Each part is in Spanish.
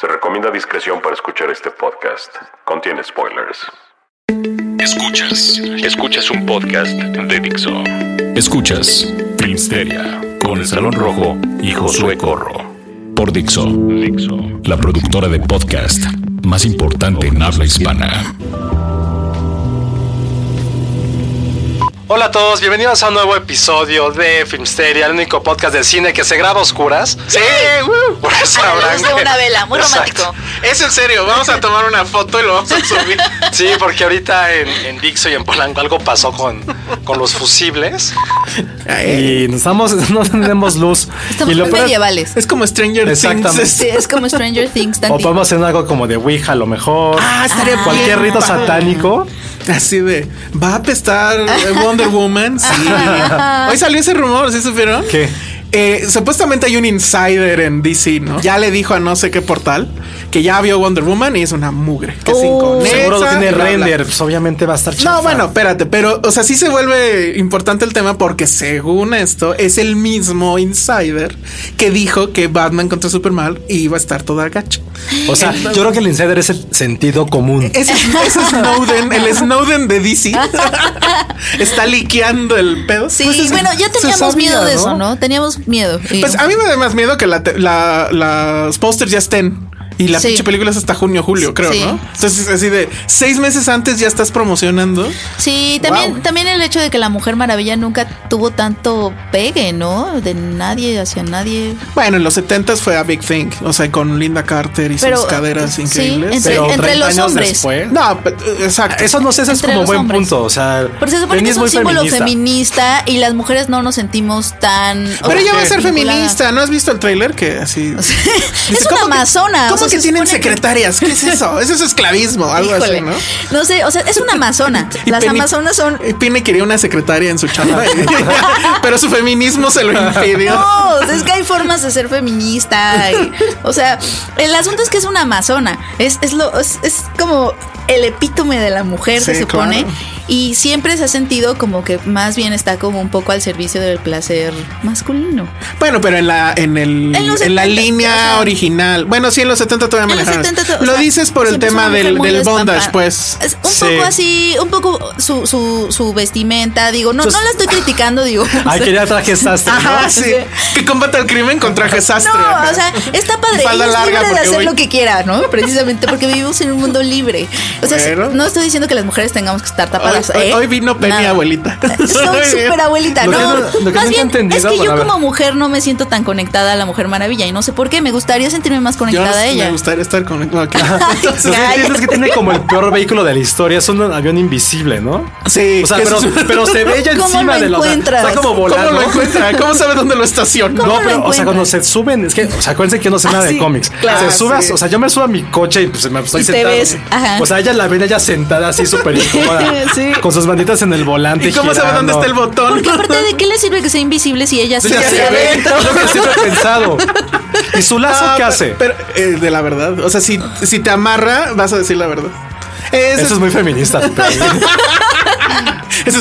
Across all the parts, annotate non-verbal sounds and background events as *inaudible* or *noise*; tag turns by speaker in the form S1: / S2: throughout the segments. S1: Se recomienda discreción para escuchar este podcast. Contiene spoilers.
S2: Escuchas, escuchas un podcast de Dixo. Escuchas Filmsteria con el Salón Rojo y Josué Corro. Por Dixo, Dixo, la productora de podcast más importante en habla hispana.
S3: Hola a todos, bienvenidos a un nuevo episodio de Filmsteria, el único podcast de cine que se graba a oscuras. Sí, uh, por eso
S4: A la
S3: habrán
S4: luz de
S3: que-
S4: una vela, muy romántico.
S3: Es en serio, vamos a tomar una foto y lo vamos a subir. Sí, porque ahorita en, en Dixo y en Polanco algo pasó con, con los fusibles. Y nos estamos, *laughs* no tenemos luz.
S4: Estamos
S3: Y lo
S4: muy
S3: peor es-
S4: medievales.
S5: Es como Stranger
S3: Exactamente.
S5: Things.
S4: Sí, es como Stranger Things tan
S3: O
S5: pues
S3: podemos hacer algo como de Ouija a lo mejor.
S5: Ah, estaría
S3: Cualquier
S5: bien
S3: rito
S5: padre.
S3: satánico.
S5: Así de, va a apestar eh, Wonder Woman. Sí. Hoy salió ese rumor, ¿sí supieron?
S3: ¿Qué?
S5: Eh, supuestamente hay un insider en DC, ¿no? Ya le dijo a no sé qué portal que ya vio Wonder Woman y es una mugre. Que se inconecta,
S3: Seguro no tiene
S5: bla, bla.
S3: render, pues obviamente va a estar chafa.
S5: No, bueno, espérate, pero, o sea, sí se vuelve importante el tema porque según esto es el mismo insider que dijo que Batman contra Superman iba a estar toda gacha.
S3: O sea, yo creo que el insider es el sentido común.
S4: Eh,
S5: Ese es, ese es
S4: *laughs*
S5: Snowden, el Snowden de DC. Está liqueando el pedo.
S4: Sí,
S5: Pues es-
S4: bueno, ya
S5: se
S4: teníamos
S5: sabía,
S4: miedo de eso, ¿no? Teníamos miedo. Y-
S5: Pues a mí me da más miedo que la te- la- las pósters ya estén. Y la
S4: Sí.
S5: pinche película es hasta junio, julio, creo,
S4: Sí.
S5: ¿no? Entonces, así de seis meses antes ya estás promocionando.
S4: sí, también,
S5: Wow.
S4: también el hecho de que la Mujer Maravilla nunca tuvo tanto pegue, ¿no? De nadie hacia nadie.
S5: Bueno, en los 70 fue a Big Thing, o sea, con Linda Carter y
S4: Pero
S5: sus caderas
S4: sí,
S5: increíbles.
S4: entre-
S3: Pero
S4: entre
S3: 30
S4: los
S3: años
S4: hombres.
S3: después-
S5: No, pe- exacto.
S3: Eso no sé, eso es
S4: eh, Entre
S3: como
S4: los
S3: buen
S4: hombres.
S3: punto. O sea,
S4: Porque se supone
S3: Penny
S4: que
S3: es
S4: es un
S3: muy
S4: símbolo
S3: feminista.
S4: feminista. y las mujeres no nos sentimos tan.
S5: Pero ella va a ser
S4: vinculada.
S5: feminista, ¿no has visto el tráiler? Que así...
S4: *laughs* Es
S5: *laughs* Dice,
S4: una
S5: "¿Cómo que-
S4: amazona.
S5: ¿Cómo
S4: o sea,
S5: que
S4: se
S5: tienen
S4: supone que-
S5: secretarias? ¿Qué es eso? Eso es esclavismo, algo
S4: Híjole.
S5: así, ¿no?
S4: No sé, o sea, es una amazona.
S5: *laughs* Y
S4: Las
S5: Penny-
S4: amazonas son
S5: y Penny quería una secretaria en su
S4: *laughs*
S5: chamba, *laughs* pero su feminismo se lo impidió. *laughs*
S4: No, es que hay formas de ser feminista. y- o sea, el asunto es que es una amazona. Es, es, lo, es, es como el epítome de la mujer, se
S5: Sí,
S4: supone.
S5: claro.
S4: Y siempre se ha sentido como que más bien está como un poco al servicio del placer masculino.
S5: Bueno, pero en la en el
S4: En
S5: en,
S4: los
S5: la
S4: 70, o
S5: línea
S4: sea-
S5: original. Bueno, sí en los 70 todavía
S4: En los
S5: manejaron.
S4: 70, o
S5: lo
S4: sea,
S5: dices por el
S4: siempre es
S5: tema
S4: una mujer
S5: del,
S4: muy
S5: del bondage,
S4: despampa-
S5: pues.
S4: Es un
S3: Sí.
S4: poco así, un poco su, su, su vestimenta, digo, no, no la estoy criticando, digo.
S3: Ay,
S4: o sea,
S3: quería trajes sastre.
S5: *laughs*
S3: ¿no?
S5: Ajá, Ah, sí. Que combata el crimen con traje sastre.
S4: No,
S5: ajá.
S4: o sea, está padre.
S5: Falda
S4: ella es
S5: larga
S4: libre de
S5: porque
S4: hacer
S5: voy-
S4: lo que quiera, ¿no? Precisamente porque vivimos en un mundo libre. O sea,
S5: Bueno.
S4: no estoy diciendo que las mujeres tengamos que estar
S5: hoy,
S4: tapadas.
S5: hoy-
S4: ¿eh?
S5: hoy vino Penny
S4: Nada.
S5: abuelita.
S4: *laughs*
S5: *laughs*
S4: Soy súper abuelita,
S3: Lo
S4: ¿no?
S3: que no- lo que nunca
S4: Más
S3: he
S4: bien, es
S3: entendido,
S4: que yo
S3: bueno, a
S4: como
S3: ver.
S4: mujer no me siento tan conectada a la Mujer Maravilla y no sé por qué. Me gustaría sentirme más
S5: Yo
S4: conectada
S5: no-
S4: a
S5: me
S4: ella.
S5: gustaría estar con no, aquí. *laughs*
S3: Lo que entiendo es que tiene como el peor vehículo de la historia. Es un avión invisible, ¿no?
S5: Sí.
S3: O sea,
S5: eso
S3: pero,
S5: es-
S3: pero se ve ya
S4: *laughs* ¿Cómo
S3: encima
S4: lo
S3: de la. o sea,
S4: encuentras?
S3: Está como
S5: ¿Cómo
S3: volando.
S5: lo encuentra? ¿Cómo sabe dónde lo estaciona?
S4: ¿Cómo
S3: No,
S4: lo
S3: pero, o sea,
S4: encuentras?
S3: cuando se suben, es que, o sea, acuérdense que yo no sé nada de
S4: sí,
S3: cómics.
S4: claro.
S3: se
S4: Ah,
S3: sube,
S5: sí.
S3: o sea, yo me subo a mi coche y pues me estoy
S4: Y te
S3: sentado.
S4: ves, ajá.
S3: O sea, ella la ven ella sentada así súper incómoda.
S4: *laughs* Sí.
S3: Con sus banditas en el volante.
S5: ¿Y cómo sabe dónde
S3: girando.
S5: está el botón?
S4: Porque aparte, ¿de qué le sirve que sea invisible si ella sí
S3: Ya
S4: se
S3: se
S4: ve?
S3: ve. Es lo que siempre he pensado. ¿Y su lazo
S5: *laughs* Ah,
S3: qué
S5: pe-
S3: hace?
S5: Pero, eh, de la verdad. O sea, si, Eh, si te amarra, vas a decir la verdad.
S4: *laughs*
S5: Ese
S3: Eso es muy feminista.
S5: Eso es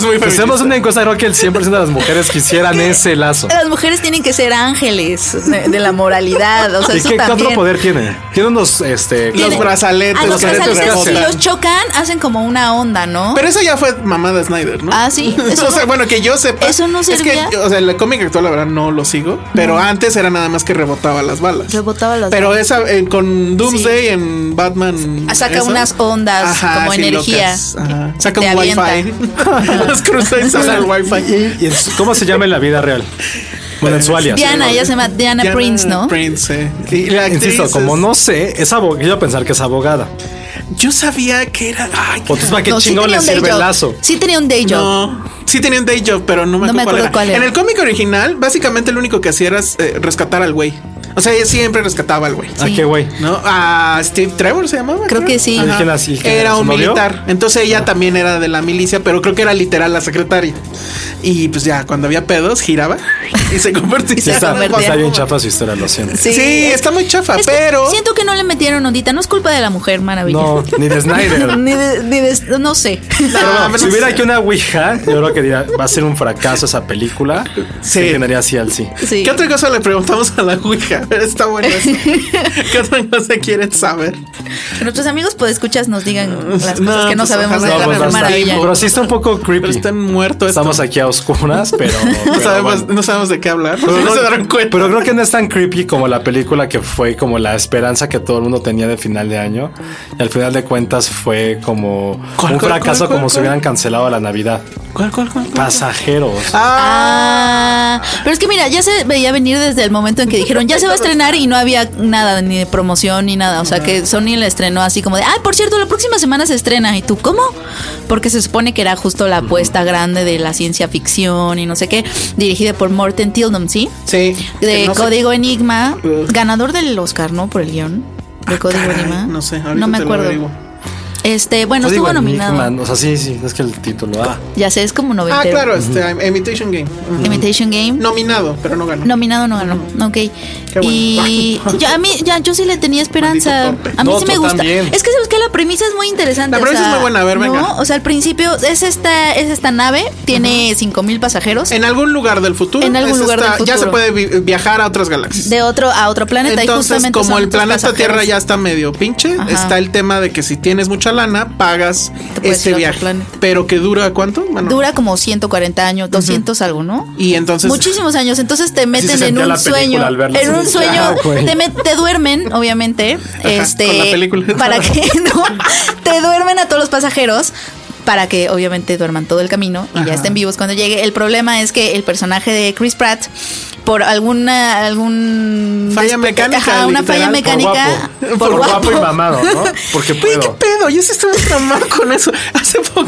S5: muy
S3: Si
S5: feminista.
S3: Pues hacemos una encuesta, creo que el 100% de las mujeres quisieran ese lazo.
S4: Las mujeres tienen que ser ángeles de, de la moralidad. O sea,
S3: ¿Y
S4: eso
S3: qué, qué
S4: también.
S3: otro poder tiene? Tiene unos, este...
S5: Los
S4: Tiene-
S5: brazaletes,
S4: A los
S5: los brazaletes
S4: brazaletes, si
S5: rebotan.
S4: los chocan, hacen como una onda, ¿no?
S5: Pero eso ya fue mamada de Snyder, ¿no?
S4: Ah, sí, eso
S5: *laughs* o sea,
S4: no-
S5: bueno, que yo sepa.
S4: eso no servía.
S5: Es que, o sea, el cómic actual, la verdad, no lo sigo. Pero antes era nada más que rebotaba las balas.
S4: Rebotaba las
S5: Pero esa, eh, con Doomsday en Batman.
S4: Ah, Saca unas ondas, como
S5: sí,
S4: energía.
S5: locas. Ajá. Saca
S4: Te
S5: un
S4: avienta.
S5: wifi.
S4: *laughs*
S5: *laughs* Los cruza y sale al wifi.
S3: ¿Y en su- ¿Cómo se llama en la vida real? Bueno, en su alias.
S4: Diana, ella se llama Diana,
S5: Diana
S4: Prince, ¿no?
S5: Prince, eh. Y la actriz
S3: Insisto, como
S5: es-
S3: no sé, es abogada. Yo pensar que es abogada.
S5: Yo sabía que era. Ay, qué-
S3: Entonces, ¿para qué
S4: No, sí
S3: chingón
S4: tenía
S3: le
S4: un day
S3: sirve el
S4: job.
S3: lazo?
S4: Sí tenía un day job.
S5: No, sí tenía un day job, pero no me
S4: No me
S5: acuerdo,
S4: acuerdo cuál
S5: cuál, era.
S4: era.
S5: En el cómic original, básicamente lo único que hacía era eh, rescatar al güey. O sea, ella siempre rescataba al güey.
S3: ¿A qué güey?
S5: ¿No? A Steve Trevor se llamaba.
S4: Creo que sí.
S5: Ajá.
S3: ¿Y quién la- y quién era
S5: Era
S3: su
S5: un
S3: novio?
S5: militar. Entonces
S3: Ah.
S5: ella también era de la milicia, pero creo que era literal la secretaria. Y pues ya, cuando había pedos, giraba y se *laughs* convertía
S4: se
S5: en
S3: Está,
S4: convertía.
S3: está bien chafa su historia, lo siento.
S5: Sí, está muy chafa,
S4: es que
S5: pero.
S4: Siento que no le metieron ondita. No es culpa de la mujer maravilla.
S3: No, ni de Snyder.
S4: *laughs* ni de, ni de- no sé.
S3: Pero bueno,
S5: menos-
S3: si hubiera aquí una Ouija, yo creo que diría, va a ser un fracaso esa película.
S5: Sí.
S3: Se generaría así al sí.
S4: Sí.
S5: ¿Qué otra cosa le preguntamos a la Ouija? *laughs* Está
S4: *laughs*
S5: bueno eso. ¿Qué otra cosa quieren saber?
S4: Que nuestros amigos pues escuchas nos digan las cosas
S5: No,
S4: que no
S5: pues,
S4: sabemos de
S5: ojalá
S4: la
S5: no,
S3: pues,
S4: mujer
S3: va a estar-
S4: maravilla.
S3: pero sí está un poco creepy.
S5: Pero están muertos.
S3: Estamos aquí a
S5: *laughs*
S3: oscuras, pero.
S5: No
S3: pero
S5: sabemos,
S3: bueno.
S5: no sabemos de qué hablar.
S3: Pero
S5: no
S3: creo-
S5: se daron cuenta.
S3: pero creo que no es tan creepy como la película que fue como la esperanza que todo el mundo tenía de final de año. Y al final de cuentas fue como
S5: ¿Cuál,
S3: un
S5: cuál,
S3: fracaso
S5: cuál, cuál,
S3: como si
S5: cuál?
S3: hubieran cancelado la Navidad.
S5: ¿Cuál, cuál, cuál? cuál?
S3: Pasajeros.
S4: Ah, pero es que mira, ya se veía venir desde el momento en que dijeron ya se va a estrenar y no había nada, ni de promoción ni nada. O sea que Sony la estrenó así como de, ay, por cierto, la próxima semana se estrena. ¿Y tú cómo? Porque se supone que era justo la apuesta grande de la ciencia ficción y no sé qué, dirigida por Morten Tilden, ¿sí?
S5: Sí.
S4: De
S5: Que no sé-
S4: Código Enigma,
S5: Ugh. Ah,
S4: ganador del Oscar, ¿no? Por el guión. De Código
S5: Caray,
S4: Enigma.
S5: No sé, ahorita
S4: no me
S5: te lo
S4: acuerdo.
S5: averiguo.
S4: Este, bueno,
S3: Código
S4: estuvo nominado.
S3: Enigma, O sea, sí, sí, es que el título. Ah,
S4: Ya sé, es como noventa.
S5: Ah, claro, este, Imitation Game. Ujú.
S4: Imitation Game.
S5: Nominado, pero no ganó.
S4: Nominado no ganó. Ok.
S5: bueno. *laughs*
S4: Y yo, a mí, ya, yo sí le tenía esperanza.
S5: Maldito torpe.
S4: A mí
S3: No,
S4: sí
S3: tú
S4: me gusta.
S3: también.
S4: Es que sabes que la premisa es muy interesante.
S5: La
S4: o
S5: premisa
S4: sea,
S5: es muy buena, a ver, venga.
S4: ¿no? O sea, al principio es esta, es esta nave, tiene cinco mil pasajeros.
S5: En algún lugar del futuro.
S4: En algún
S5: es
S4: lugar del
S5: Ya se
S4: futuro.
S5: puede vi- viajar a otras galaxias.
S4: de otro a otro planeta. y
S5: Entonces,
S4: justamente
S5: como
S4: son
S5: el
S4: estos
S5: planeta
S4: pasajeros.
S5: Tierra ya está medio pinche,
S4: Ajá.
S5: está el tema de que si tienes mucha lana, pagas
S4: Te puedes ir
S5: este
S4: a otro
S5: viaje.
S4: planeta.
S5: Pero que dura cuánto? Bueno,
S4: Dura como 140 años, 200 algo, ¿no?
S5: Y entonces.
S4: Muchísimos años, entonces te meten
S3: sentía
S4: en un
S3: la película
S4: sueño,
S3: al verla.
S4: en un
S3: Sí,
S4: sueño,
S3: claro, güey.
S4: te, met- te duermen, obviamente, este,
S5: con la película.
S4: *laughs* para que no, te duermen a todos los pasajeros. Para que obviamente duerman todo el camino y ya estén vivos cuando llegue. El problema es que el personaje de Chris Pratt, por alguna algún
S5: Falla mecánica,
S4: ajá, una
S5: literal,
S4: falla
S5: por
S4: mecánica,
S3: Por, guapo. y mamado, ¿no? Porque
S5: Güey, ¿qué
S3: puedo.
S5: pedo? Yo sí estuve tramado con eso. Hace poco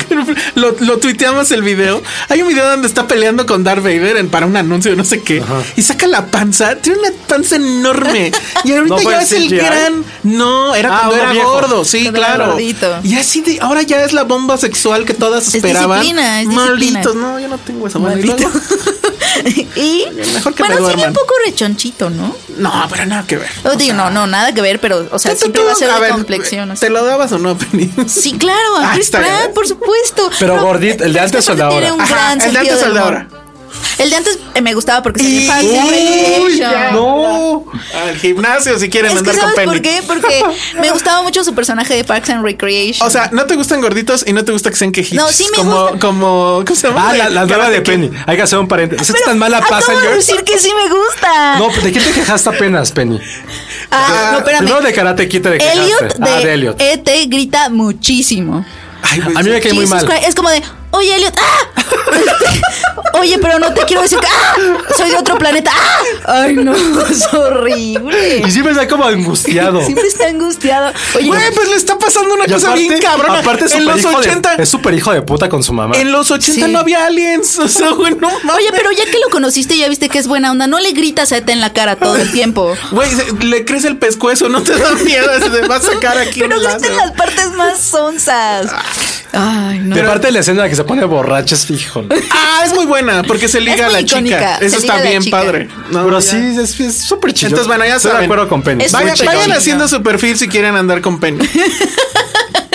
S5: lo, lo tuiteamos el video. Hay un video donde está peleando con Darth Vader en- para un anuncio de no sé qué. Y saca la panza. Tiene una panza enorme.
S3: *laughs*
S5: Y ahorita
S3: ¿No fue
S5: ya es el
S3: CGI?
S5: gran. No, era
S3: Ah,
S5: cuando
S3: uno
S5: era
S3: viejo.
S5: gordo. Sí,
S4: Cuando era
S5: claro.
S4: gordito.
S5: Y así de, ahora ya es la bomba sexual que todas esperaban.
S4: disciplina, es disciplina.
S5: Malditos. No, yo no tengo esa Bueno, y
S4: Maldito.
S5: luego-
S4: *laughs* y
S5: Mejor que me
S4: bueno, sigue
S5: duerman.
S4: un poco rechonchito, ¿no?
S5: *laughs* No, pero nada que ver.
S4: Yo digo, no, no, nada que ver, pero, o sea,
S5: Tú- tú-
S4: siempre
S5: tú-
S4: va a ser
S5: a
S4: de
S5: ver,
S4: complexión. o sea.
S5: ¿Te lo dabas o no, Penny?
S4: Sí, claro, a
S5: Ah,
S4: Chris
S5: está bien.
S4: Pratt, por supuesto.
S3: Pero gordito, ¿el de
S4: Chris
S3: antes o el de
S4: Pratt
S3: ahora?
S4: Tiene un
S5: Ajá,
S4: gran
S5: el de
S4: sentido
S5: antes o
S4: del
S5: el de
S4: humor.
S5: ahora.
S4: El de antes eh, me gustaba porque se
S5: Y-
S4: infancia,
S5: Uy, ya.
S4: Revelation.
S3: No.
S5: Al gimnasio si quieren
S4: Es que
S5: andar
S4: ¿sabes
S5: con Penny.
S4: por qué? Porque me gustaba mucho su personaje de Parks and Recreation.
S5: *laughs* O sea, no te gustan gorditos y no te gusta que sean quejitos.
S4: No, sí me
S5: como,
S4: gusta.
S5: Como, ¿cómo se llama?
S3: Ah, la, la nueva
S5: Karate
S3: de
S5: Kid.
S3: Penny. Hay que hacer un paréntesis.
S5: Ah,
S3: ¿Es tan mala
S4: Acabo de
S3: Passengers?
S4: decir que sí me gusta.
S3: No, ¿de qué te quejaste apenas, Penny?
S4: ah, no, espérame.
S3: Primero de Karate Kid te quejaste.
S4: Elliot de,
S3: ah, de Elliot.
S4: ET grita muchísimo.
S5: Ay, güey,
S3: A mí me cae muy
S4: Jesus
S3: mal.
S4: Christ, Es como de, oye, Elliot, ¡ah! Este, *laughs* oye, pero no te quiero decir que, ¡ah! Soy de otro planeta, ¡ah! Ay, no, *laughs* es horrible.
S3: Y siempre está como *laughs* angustiado.
S4: Siempre está angustiado. Oye,
S5: Güey, pues le está
S3: *laughs*
S5: pasando una
S3: Y
S5: cosa bien cabrona.
S3: Aparte es
S5: en
S3: super
S5: los
S3: hijo de-
S5: 80.
S3: es súper hijo de puta con su mamá.
S5: En los 80
S4: Sí.
S5: no había aliens. *laughs* O sea, güey, no mames.
S4: oye, pero ya que lo conociste, ya viste que es buena onda. No le gritas a ET en la cara todo el
S5: *laughs*
S4: tiempo.
S5: Güey, se- le crece el pescuezo, no te da miedo. *laughs* Se te va a sacar aquí
S4: Pero
S5: un
S4: grita
S5: láser.
S4: en las partes más sonzas. Ay, no.
S3: de parte de la escena en la que se pone borracho es fijo.
S5: Ah, es muy buena porque se liga
S4: Es
S5: a la
S4: muy icónica,
S5: chica. Eso
S4: se liga
S5: está
S4: a la
S5: bien
S4: chica.
S5: padre. No,
S3: Pero
S5: ya.
S3: sí, es es súper chido.
S5: Entonces, bueno, ya
S3: Estoy
S5: saben.
S3: de acuerdo con Penny.
S4: Es
S3: Muy
S5: Vayan,
S4: muy
S3: chingón.
S5: vayan
S4: chingón. *laughs*
S5: haciendo su perfil si quieren andar con Penny.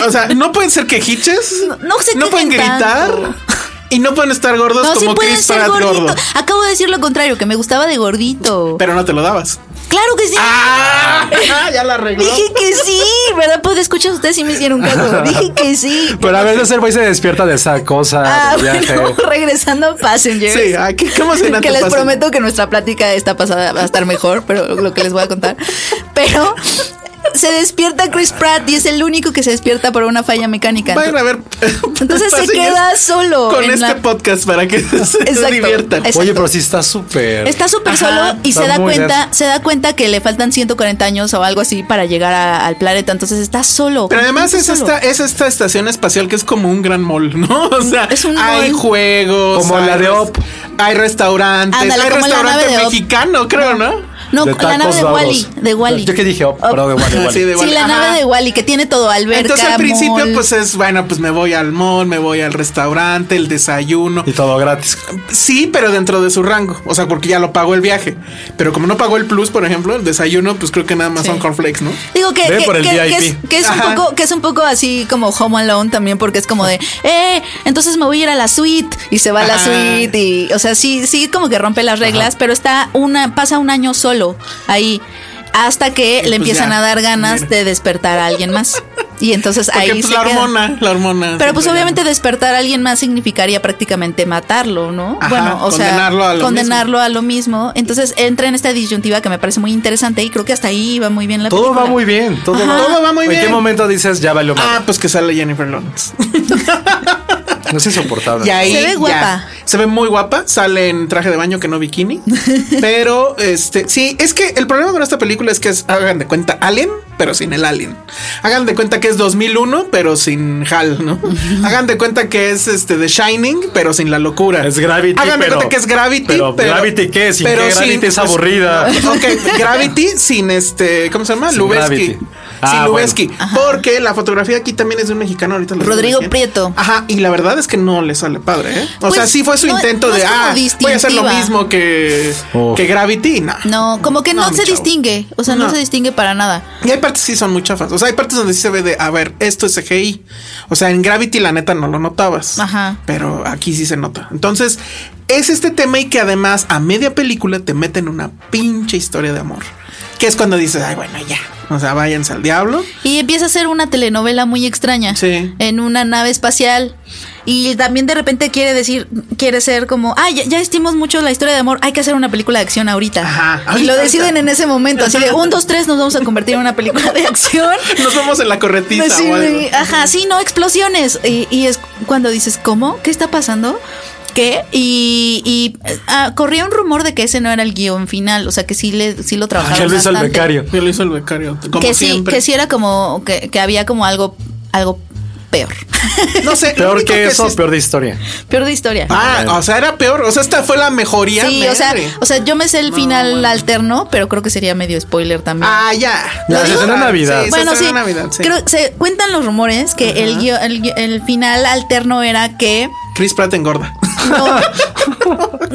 S5: O sea, no pueden ser quejiches.
S4: No- no se
S5: No
S4: quejen
S5: pueden gritar.
S4: tanto.
S5: Y no pueden estar gordos
S4: No, sí
S5: como
S4: pueden
S5: Chris
S4: ser
S5: Pratt gordo.
S4: gorditos. Acabo de decir lo contrario, que me gustaba de gordito.
S5: Pero no te lo dabas.
S4: claro que sí.
S5: ¡Ah! *laughs* Ya la arregló.
S4: Dije que sí, ¿verdad? Pues escuchar ustedes si me hicieron
S5: *laughs*
S4: caso. Dije que sí.
S3: Pero a veces
S4: *laughs*
S3: el güey se despierta de esa cosa.
S4: Ah,
S3: del viaje.
S4: *laughs* bueno, regresando a Passengers.
S5: Sí, ay, ¿qué- qué más
S4: *laughs*
S5: en
S4: Que les
S5: Antepassenger?
S4: prometo que nuestra plática esta pasada va a estar mejor, pero lo que les voy a contar. Pero se despierta Chris Pratt y es el único que se despierta por una falla mecánica.
S5: Vayan a ver. *laughs*
S4: Entonces se
S5: Passengers
S4: queda solo.
S5: Con
S4: en
S5: este
S4: la-
S5: podcast para que *laughs* se
S4: Exacto.
S5: diviertan.
S4: Es-
S3: Oye, pero sí está súper.
S4: Está súper
S5: Ajá.
S4: solo y
S3: Está
S4: se da
S3: muy
S4: cuenta,
S3: denso.
S4: se da cuenta que le faltan 140 años o algo así para llegar a- al planeta. Entonces está solo.
S5: Pero además es
S4: completamente solo.
S5: esta, es esta estación espacial que es como un gran mall, ¿no? *laughs* O sea,
S4: Es un
S5: hay
S4: mall.
S5: juegos.
S3: Como
S5: hay
S3: la de
S5: res-
S3: Op.
S5: Hay restaurantes.
S4: Ándale,
S5: hay
S4: como la nave
S5: restaurante
S4: de Op.
S5: mexicano, creo, ¿no?
S4: No,
S3: de
S4: la nave
S3: tacos
S4: de
S3: dorados.
S4: Wally. De Wally.
S3: Yo que dije, oh, pero de Wally. *laughs* Wally.
S5: Sí, de
S4: sí,
S5: Wally.
S4: la
S5: Ajá.
S4: nave de Wally que tiene todo alberca.
S5: Entonces al principio
S4: mall.
S5: pues es, bueno, pues me voy al mall, me voy al restaurante, el desayuno.
S3: Y todo gratis.
S5: Sí, pero dentro de su rango. O sea, porque ya lo pagó el viaje. Pero como no pagó el plus, por ejemplo, el desayuno, pues creo que nada más
S4: Sí.
S5: son cornflakes, ¿no?
S4: Digo que,
S3: Ve
S4: que-
S3: por el
S4: que- que
S3: VIP.
S4: es, que es un
S5: Ajá.
S4: poco, que es un poco así como Home Alone también, porque es como de, eh, entonces me voy a ir a la suite y se va a la
S5: Ajá.
S4: suite y, o sea, sí, sí, como que rompe las reglas, pero está una, pasa un año solo ahí hasta que le
S5: pues
S4: empiezan
S5: ya,
S4: a dar ganas
S5: mira.
S4: de despertar a alguien más y entonces
S5: Porque
S4: ahí
S5: pues,
S4: se
S5: la
S4: queda.
S5: hormona, la hormona.
S4: Pero pues
S5: siempre
S4: obviamente despertar a alguien más significaría prácticamente matarlo, ¿no?
S5: Ajá,
S4: bueno, o sea,
S5: condenarlo a lo
S4: condenarlo a lo mismo. Entonces entra en esta disyuntiva que me parece muy interesante y creo que hasta ahí va muy bien la
S3: Todo va
S4: película.
S3: muy bien. Todo,
S5: Ajá.
S3: va,
S5: Todo va muy
S3: ¿En
S5: bien.
S3: qué momento dices ya valió
S5: gana.
S3: madre?
S5: Ah, pues que sale Jennifer Lawrence.
S3: No es insoportable.
S5: Y ahí
S4: Se ve
S5: ya.
S4: guapa.
S5: Se ve muy guapa. Sale en traje de baño que
S4: *laughs*
S5: no bikini. pero este, sí, es que el problema con esta película es que es, hagan de cuenta, Alien, pero sin el Alien. Hagan de cuenta que es 2001, pero sin
S4: *laughs*
S5: Hal, ¿no? hagan de cuenta que es este The Shining, pero sin la locura.
S3: Es Gravity,
S5: Hagan de
S3: pero-
S5: cuenta que es Gravity.
S3: pero ¿Gravity qué? Sin que Gravity es aburrida.
S5: pues, *laughs* Ok, Gravity sin este, ¿cómo se llama?
S3: Sin
S5: Lubeski.
S3: Gravity.
S5: Sin
S3: Ah, bueno.
S5: Lubeski. Porque la fotografía aquí también es de un mexicano ahorita. lo estoy
S4: Rodrigo
S5: diciendo.
S4: Prieto.
S5: Ajá, y la verdad es que no le sale padre, ¿eh? O
S4: Pues,
S5: sea, sí fue su
S4: no-
S5: intento
S4: no es
S5: de,
S4: como
S5: ah, voy a hacer lo
S4: distintiva.
S5: mismo que,
S3: Oh.
S5: que Gravity. No.
S4: No, como que no,
S5: mi
S4: se
S5: chavo.
S4: distingue, o sea, no.
S5: No.
S4: se distingue para nada.
S5: Y hay partes sí son muy chafas. O sea, hay partes donde sí se ve de, a ver, esto es CGI. O sea, en Gravity la neta no lo notabas.
S4: Ajá.
S5: Pero aquí sí se nota. Entonces, es este tema y que además a media película te meten una pinche historia de amor. Que es cuando dices, ay, bueno, ya. O sea, váyanse al diablo.
S4: Y empieza a ser una telenovela muy extraña
S5: Sí.
S4: en una nave espacial. Y también de repente quiere decir, quiere ser como, ah, ya, ya estimos mucho la historia de amor, hay que hacer una película de acción ahorita.
S5: Ajá,
S4: Y
S5: ahorita,
S4: lo deciden
S5: ahorita.
S4: en ese momento, así de un, dos, tres, nos vamos a convertir en una película de
S5: *laughs*
S4: acción.
S5: Nos vamos en la corretiza.
S4: Pues Sí, Ah.
S5: o algo.
S4: Ajá, sí, no, explosiones. Y, y es cuando dices, ¿cómo? ¿Qué está pasando? ¿Qué? Y, y, eh, ah, corría un rumor de que ese no era el guión final, o sea, que sí, le, sí lo trabajaron
S3: Ya lo hizo el
S4: bastante.
S3: becario.
S5: Me lo hizo el becario. Como
S4: que sí,
S5: siempre.
S4: que sí era como, que, que había como algo, algo peor. *laughs*
S5: No sé. lo
S3: Peor
S5: único
S3: que eso,
S5: sí-
S3: peor de historia. *laughs*
S4: peor de historia.
S5: Ah, o sea, era peor. O sea, esta fue la mejoría.
S4: sí, o sea,
S5: madre.
S4: o sea, yo me sé el final alterno, pero creo que sería medio spoiler también.
S5: Ah, ya.
S3: Ya,
S5: Lo
S3: se
S5: digo.
S3: estrenó en Navidad.
S5: Sí,
S4: bueno,
S5: se
S4: sí,
S5: estrenó en Navidad, sí.
S4: creo- se cuentan los rumores que el, guio- el gui- el final alterno era que
S5: Chris Pratt engorda. *laughs*
S4: No.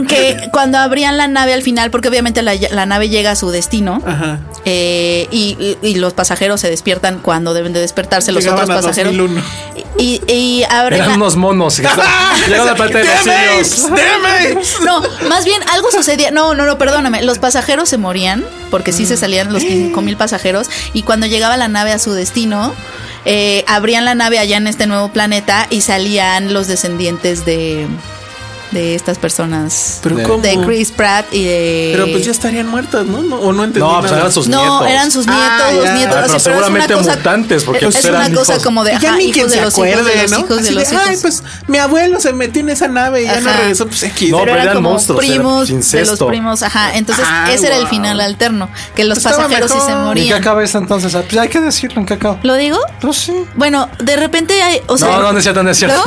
S4: que cuando abrían la nave al final, porque obviamente la, la nave llega a su destino.
S3: *laughs*
S5: Ajá.
S4: eh, y, y- y los pasajeros se despiertan cuando deben de despertarse los
S5: Llegaban
S4: otros
S5: a
S4: pasajeros.
S5: 2001.
S4: Y, y abren
S3: Eran
S4: la-
S3: unos *laughs* monos. Llega la parte de los
S5: ¡Damn
S3: sirios.
S5: apes! ¡Damn apes! *laughs*
S4: No, más bien algo sucedía. No, no, no, perdóname. Los pasajeros se morían porque sí se salían los 5 mil pasajeros. Y cuando llegaba la nave a su destino, eh, abrían la nave allá en este nuevo planeta y salían los descendientes de, de estas personas.
S5: Pero
S3: De-
S5: cómo.
S4: de Chris Pratt y de.
S5: Pero pues ya estarían muertas, ¿no? No- O no entendí.
S3: No, pues
S5: nada.
S3: eran sus
S4: no,
S3: nietos.
S4: eran sus nietos,
S5: Ah,
S4: los
S5: ya.
S4: nietos.
S5: Ah,
S3: pero
S4: así, pero es una
S3: seguramente
S4: cosa-
S3: mutantes, porque
S4: es
S3: pues
S4: una
S3: eran
S4: cosa
S3: hijos.
S4: como de
S5: Y ya
S4: ajá,
S5: ni quien
S4: hijos
S5: se
S4: de los hijos
S5: acuerde,
S4: de los
S5: ¿no?
S4: hijos de
S5: Así
S4: los
S5: de, Ay,
S4: hijos".
S5: pues mi abuelo se metió en esa nave y ya no
S4: Ajá.
S5: regresó. Pues X.
S3: No,
S4: pero,
S3: pero
S4: eran,
S3: eran
S4: como
S3: monstruos, ¿eh? era
S5: *laughs*
S4: primos de los
S3: incesto.
S4: primos, ajá. Entonces,
S5: Ah,
S4: ese era el
S5: wow.
S4: final alterno, que los
S5: Estaba
S4: pasajeros sí se
S5: mejor.
S3: ¿En qué
S4: morían.
S3: acaba esta entonces? Ah, Pues hay que decirlo, ¿en qué acaba?
S4: ¿Lo digo?
S3: No sé.
S4: Bueno, de repente hay. O sea,
S3: no, no es cierto, no es cierto.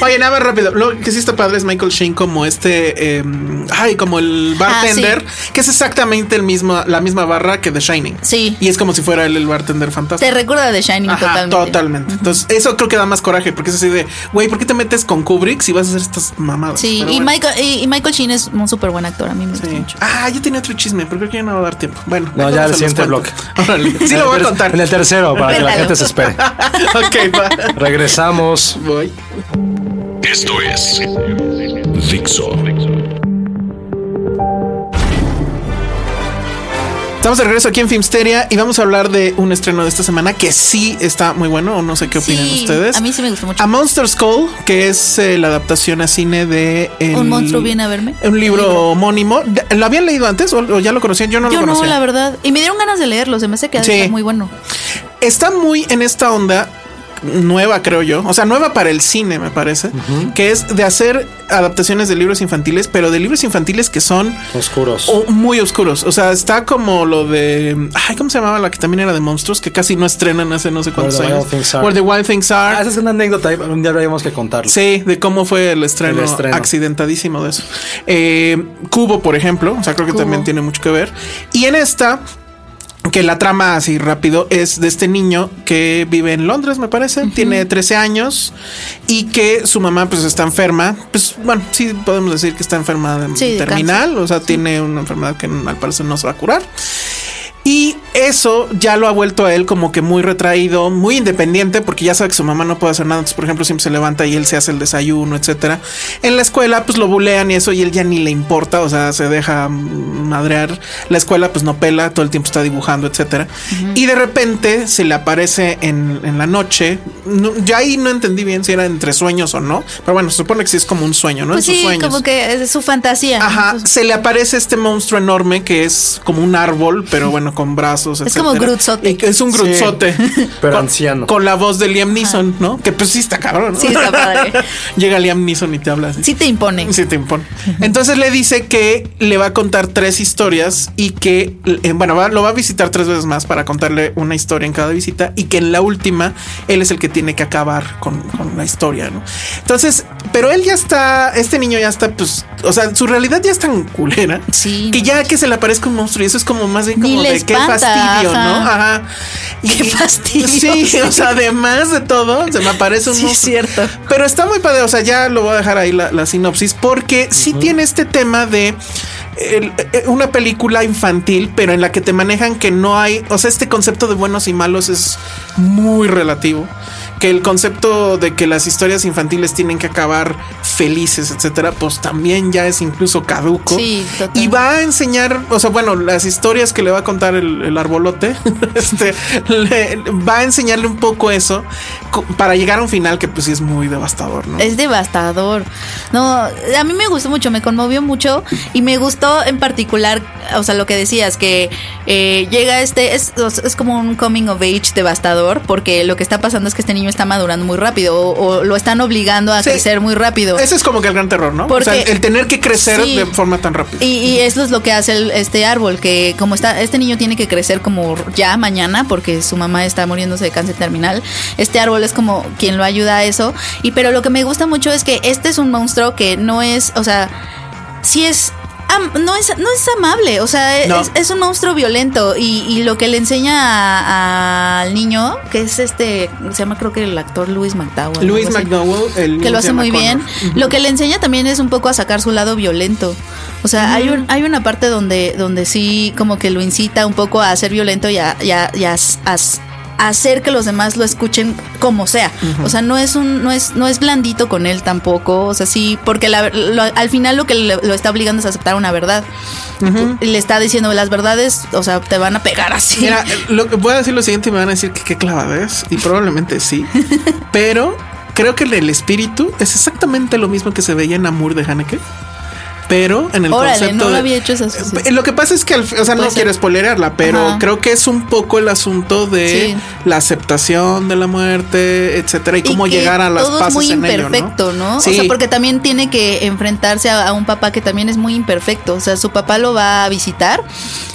S4: ¿no? *laughs*
S5: Oye, nada más rápido. Lo que sí está padre es Michael Sheen como este, em, ay, como
S4: Ah,
S5: el bartender, que es exactamente el mismo, la misma barra que The Shining.
S4: Sí.
S5: Y es como si fuera él el bartender fantasma.
S4: Te recuerda de Shining
S5: Ajá,
S4: totalmente.
S5: totalmente. Entonces, eso creo que da más coraje, porque es así de, güey, ¿por qué te metes con Kubrick si vas a hacer estas mamadas?
S4: Sí,
S5: Pero
S4: y,
S5: bueno,
S4: Michael, y, y Michael Sheen es un súper buen actor. A mí me gusta
S5: sí.
S4: mucho.
S5: Ah, yo tenía otro chisme, pero creo que ya no va a dar tiempo. Bueno,
S3: No,
S5: ahorita
S3: *laughs* ya
S5: se
S3: el
S5: los
S3: siguiente
S5: cuento.
S3: bloque. *laughs*
S5: Órale. Sí, lo voy a contar.
S3: En el tercero, para que la
S4: Cuéntalo.
S3: gente se espere.
S5: *laughs* ok, va.
S3: Regresamos.
S5: Voy.
S2: Esto es Dixo.
S5: Estamos de regreso aquí en Filmsteria y vamos a hablar de un estreno de esta semana que sí está muy bueno, o no sé qué opinan
S4: Sí,
S5: ustedes.
S4: a mí sí me gustó mucho.
S5: A Monster's Call, que es eh, la adaptación a cine de... el-
S4: Un monstruo viene a verme.
S5: Un libro homónimo. ¿Lo habían leído antes o, o ya lo conocían? Yo no lo
S4: Yo no,
S5: conocía.
S4: la verdad. Y me dieron ganas de leerlo. Se me hace que ha de
S5: Sí.
S4: estar muy bueno.
S5: está muy en esta onda nueva, creo yo. O sea, nueva para el cine, me parece. Que es de hacer adaptaciones de libros infantiles, pero de libros infantiles que son
S3: Oscuros.
S5: o- muy oscuros. O sea, está como lo de. Ay, ¿cómo se llamaba la que también era de monstruos? Que casi no estrenan hace no sé cuántos
S3: Where the
S5: años.
S3: Wild Things Are.
S5: Where the Wild Things
S3: Ah,
S5: Are.
S3: esa es una anécdota, un día habríamos que contarla.
S5: Sí, de cómo fue el estreno,
S3: El estreno.
S5: accidentadísimo de eso. Eh, Cubo, por ejemplo, o sea, creo que
S4: Cubo.
S5: también tiene mucho que ver. Y en esta, que la trama así rápido es de este niño que vive en Londres, me parece, tiene 13 años y que su mamá pues está enferma, pues bueno, sí podemos decir que está enferma de-
S4: Sí, de
S5: terminal,
S4: cáncer.
S5: o sea, tiene una enfermedad que al parecer no se va a curar. Y eso ya lo ha vuelto a él como que muy retraído, muy independiente, porque ya sabe que su mamá no puede hacer nada. Entonces, por ejemplo, siempre se levanta y él se hace el desayuno, etcétera. En la escuela, pues lo bulean y eso, y él ya ni le importa, o sea, se deja mm, madrear. La escuela, pues no pela, todo el tiempo está dibujando, etcétera. Y de repente se le aparece en, en la noche. No, yo ahí no entendí bien si era entre sueños o no, pero bueno, se supone que sí es como un sueño, ¿no?
S4: Pues
S5: en sus
S4: sí,
S5: sueños.
S4: como que es su fantasía. *laughs*
S5: Ajá,
S4: Entonces,
S5: se le aparece este monstruo enorme que es como un árbol, pero bueno, con brazos.
S4: Es como
S5: etcétera.
S4: Grootzote.
S5: Y Es un
S3: Sí,
S5: grutzote.
S3: *laughs* pero anciano.
S5: Con la voz de Liam Neeson, ¿no? Que pues sí está cabrón. ¿no?
S4: Sí, está padre.
S5: *laughs* Llega Liam Neeson y te habla así.
S4: sí te impone.
S5: Sí, te impone. Entonces le dice que le va a contar tres historias y que, eh, bueno, va- lo va a visitar tres veces más para contarle una historia en cada visita y que en la última él es el que tiene que acabar con, con la historia, ¿no? Entonces, pero él ya está, este niño ya está, pues, o sea, su realidad ya es tan culera
S4: Sí,
S5: que
S4: no
S5: ya que se le aparezca un monstruo y eso es como más bien
S4: Ni
S5: como
S4: le
S5: de
S4: espanta,
S5: qué fastidio, ¿no?
S4: ajá.
S5: Ajá. Y-
S4: Qué fastidio.
S5: *laughs* Sí, o sea, además de todo, se me aparece un
S4: Sí, es
S5: monstruo.
S4: cierto.
S5: Pero está muy padre, o sea, ya lo voy a dejar ahí la, la sinopsis, porque sí tiene este tema de el- eh, una película infantil, pero en la que te manejan que no hay, o sea, este concepto de buenos y malos es muy relativo. Que el concepto de que las historias infantiles tienen que acabar felices, etcétera, pues también ya es incluso caduco.
S4: Sí,
S5: y
S4: totalmente.
S5: va a enseñar, o sea, bueno, las historias que le va a contar el, el arbolote, *laughs* este, le- va a enseñarle un poco eso co- para llegar a un final que pues sí es muy devastador, ¿no?
S4: Es devastador. No, a mí me gustó mucho, me conmovió mucho y me gustó en particular, o sea, lo que decías, que eh, llega este, es, o sea, es como un coming of age devastador, porque lo que está pasando es que este niño está madurando muy rápido o, o lo están obligando a
S5: Sí.
S4: crecer muy rápido.
S5: Ese es como que el gran terror, ¿no?
S4: Porque-
S5: o sea, el tener que crecer
S4: Sí.
S5: de forma tan rápida.
S4: Y, y eso es lo que hace el- este árbol, que como está, este niño tiene que crecer como ya mañana, porque su mamá está muriéndose de cáncer terminal. Este árbol es como quien lo ayuda a eso. Y pero lo que me gusta mucho es que este es un monstruo que no es, o sea, sí es. am- No es, no es amable, o sea, es,
S5: No.
S4: es un monstruo violento y, y lo que le enseña a- al niño, que es este, se llama creo que el actor Luis McDowell.
S5: Luis
S4: algo así
S5: McDowell, el
S4: pues, que
S5: niño
S4: lo
S5: se
S4: hace
S5: llama
S4: muy bien.
S5: Connor.
S4: Lo que le enseña también es un poco a sacar su lado violento. O sea, hay, un, hay una parte donde, donde sí como que lo incita un poco a ser violento y a, y a- y a s- a s- a hacer que los demás lo escuchen como sea. O sea, no es un, no es, no es blandito con él tampoco. O sea, sí, porque la- lo- al final lo que le- lo está obligando es aceptar una verdad. Y le está diciendo las verdades, o sea, te van a pegar así.
S5: Mira, lo, voy a decir lo siguiente y me van a decir que qué clavadez, y
S4: *laughs*
S5: probablemente sí, pero creo que en el espíritu es exactamente lo mismo que se veía en Amour de Haneke, pero en el
S4: Órale,
S5: concepto
S4: no lo
S5: de-
S4: había hecho esa asociación.
S5: Eh, Lo que pasa es que, al fi- o sea, no
S4: Puede ser.
S5: quiero spoilerarla, pero
S4: Ajá.
S5: creo que es un poco el asunto de
S4: Sí.
S5: la aceptación de la muerte, etcétera, y cómo
S4: que
S5: llegar a las
S4: todo
S5: paces
S4: es muy
S5: en ello,
S4: imperfecto, ¿no?
S5: Sí.
S4: O sea, porque también tiene que enfrentarse a, a un papá que también es muy imperfecto. O sea, su papá lo va a visitar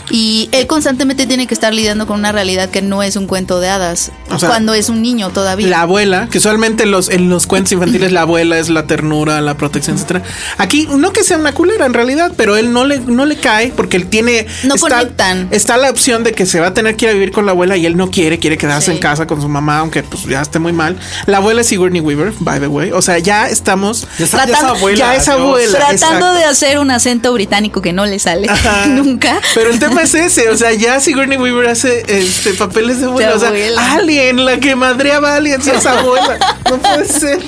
S4: Y él constantemente tiene que estar lidiando con una realidad que no es un cuento de hadas.
S5: O sea,
S4: cuando es un niño todavía.
S5: La abuela, que usualmente los, en los cuentos infantiles la abuela es la ternura, la protección, etcétera. Aquí, no que sea una culera en realidad, pero él no le, no le cae porque él tiene.
S4: No conectan.
S5: Está la opción de que se va a tener que ir a vivir con la abuela y él no quiere, quiere
S4: Sí.
S5: quedarse en casa con su mamá, aunque pues ya esté muy mal. La abuela es Sigourney Weaver, by the way. O sea, ya estamos.
S3: Ya está- ya es abuela,
S5: ya es
S3: Dios.
S5: abuela,
S4: Tratando
S5: exacto.
S4: de hacer un acento británico que no le sale
S5: Ajá.
S4: *laughs* nunca.
S5: Pero el tema es ese, o sea, ya Sigourney Weaver hace este papeles de abuela,
S4: De
S5: o sea,
S4: abuela.
S5: Alien, la que madreaba a Alien, si es
S4: *laughs*
S5: abuela, no puede ser.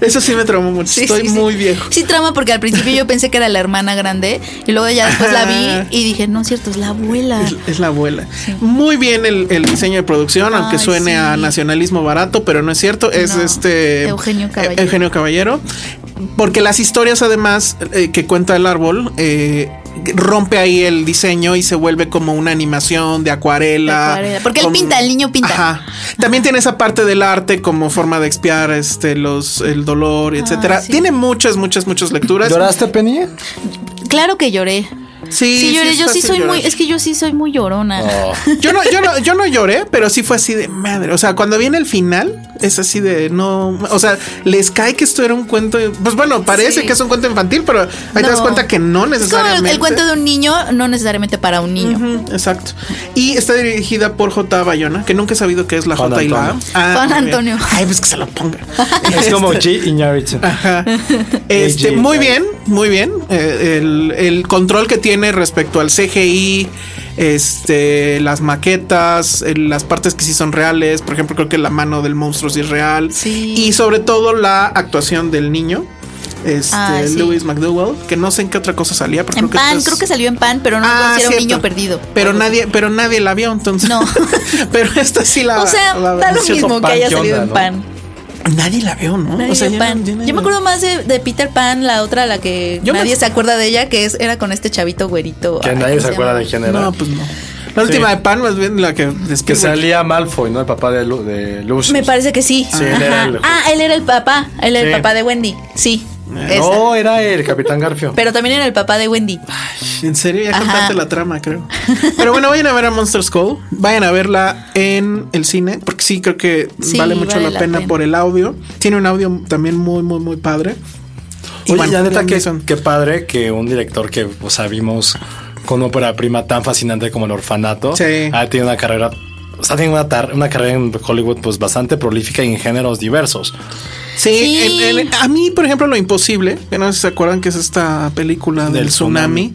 S5: Eso sí me traumó mucho,
S4: Sí,
S5: estoy
S4: sí, sí.
S5: muy viejo.
S4: Sí, trama, porque al principio yo pensé que era la hermana grande y luego ya después la vi y dije, no, cierto, es la abuela.
S5: Es, es la abuela. Muy bien el, el diseño de producción, aunque
S4: Ay,
S5: suene
S4: sí.
S5: a nacionalismo barato, pero no es cierto. Es
S4: No,
S5: este
S4: Eugenio Caballero.
S5: E- Eugenio Caballero. Porque las historias, además, eh, que cuenta el árbol, eh, rompe ahí el diseño y se vuelve como una animación de acuarela.
S4: De acuarela. Porque él
S5: con-
S4: pinta, el niño pinta.
S5: Ajá. También tiene esa parte del arte como forma de expiar este los el dolor, etcétera.
S4: Ah, sí.
S5: Tiene muchas, muchas, muchas lecturas.
S3: ¿Lloraste, Penny?
S4: Claro que lloré.
S5: Sí,
S4: Sí, lloré, yo
S5: está
S4: sí
S5: sin
S4: soy
S5: llorar.
S4: muy, es que yo sí soy muy llorona.
S3: Oh.
S5: Yo no, yo no, yo no lloré, pero sí fue así de madre. O sea, cuando viene el final, es así de no. O sea, les cae que esto era un cuento. Pues bueno, parece
S4: Sí.
S5: que es un cuento infantil, pero ahí te das
S4: No.
S5: cuenta que no
S4: Es como
S5: necesariamente.
S4: el, el cuento de un niño, no necesariamente para un niño.
S5: Ujú, Exacto. Y está dirigida por J. Bayona, que nunca he sabido qué es la
S3: Juan
S5: J y la A.
S3: Antonio.
S5: Ah,
S4: Juan
S5: muy bien.
S4: Antonio.
S5: Ay, pues que se lo ponga.
S3: Es como G. Iñárritu.
S5: Este,
S3: AJ,
S5: muy
S3: claro.
S5: bien, muy bien. Eh, el, el control que tiene respecto al CGI, este, las maquetas, eh, las partes que sí son reales. Por ejemplo, creo que la mano del monstruo sí es real.
S4: Sí.
S5: Y sobre todo la actuación del niño, este,
S4: Ah, sí.
S5: Lewis McDowell, que no sé en qué otra cosa salía, pero
S4: En
S5: creo que
S4: pan,
S5: esto es-
S4: creo que salió en pan, pero no era
S5: Ah,
S4: un
S5: cierto.
S4: niño perdido.
S5: Pero nadie, pero nadie la vio, entonces.
S4: No.
S5: *laughs* pero esta sí la
S4: O sea,
S5: la-
S4: da lo
S3: cierto
S4: mismo que
S3: pan,
S4: haya
S3: ¿qué
S4: salido
S3: onda,
S4: en
S3: no?
S4: pan.
S5: Nadie la vio, ¿no?
S4: Nadie
S5: O sea,
S4: vio
S5: yo no-
S4: pan.
S5: yo
S4: Yo,
S5: no-
S4: me acuerdo más de, de Peter Pan, la otra, la que
S5: Yo me-
S4: nadie se acuerda de ella, que es, era con este chavito güerito.
S3: Que
S4: Ay,
S3: nadie
S4: ¿cómo
S3: se acuerda
S4: llama?
S3: de quién era.
S5: No, pues no. La última de Pan, más bien la que es
S3: Que salía Malfoy, ¿no? El papá de, Lu- de Lucius.
S4: Me parece que sí.
S3: Sí, él
S4: Ajá.
S3: era el-
S4: Ah, él era el papá. Él
S3: Sí.
S4: era el papá de Wendy. Sí. esa.
S3: No, era el Capitán Garfio.
S4: Pero también era el papá de Wendy.
S3: Ah,
S5: En serio, ya
S4: Ajá.
S5: contaste la trama,
S4: *laughs*
S5: creo. Pero bueno, vayan a ver a Monster Skull. Vayan a verla en el cine, porque sí, creo que
S4: Sí,
S5: vale mucho
S4: vale
S5: la,
S4: la
S5: pena,
S4: pena.
S5: por el audio. Tiene un audio también muy, muy, muy padre.
S3: Oye,
S5: bueno,
S3: ya neta,
S5: Liam
S3: qué,
S5: Neeson.
S3: qué padre que un director que, o sea, vimos con ópera prima tan fascinante como El Orfanato,
S5: Sí.
S3: ha tenido una carrera, o sea, tiene una, tar- una carrera en Hollywood pues bastante prolífica y en géneros diversos.
S5: Sí,
S4: Sí.
S5: en- en- a mí, por ejemplo, Lo Imposible, que no sé si se acuerdan que es esta película del,
S3: Del
S5: tsunami.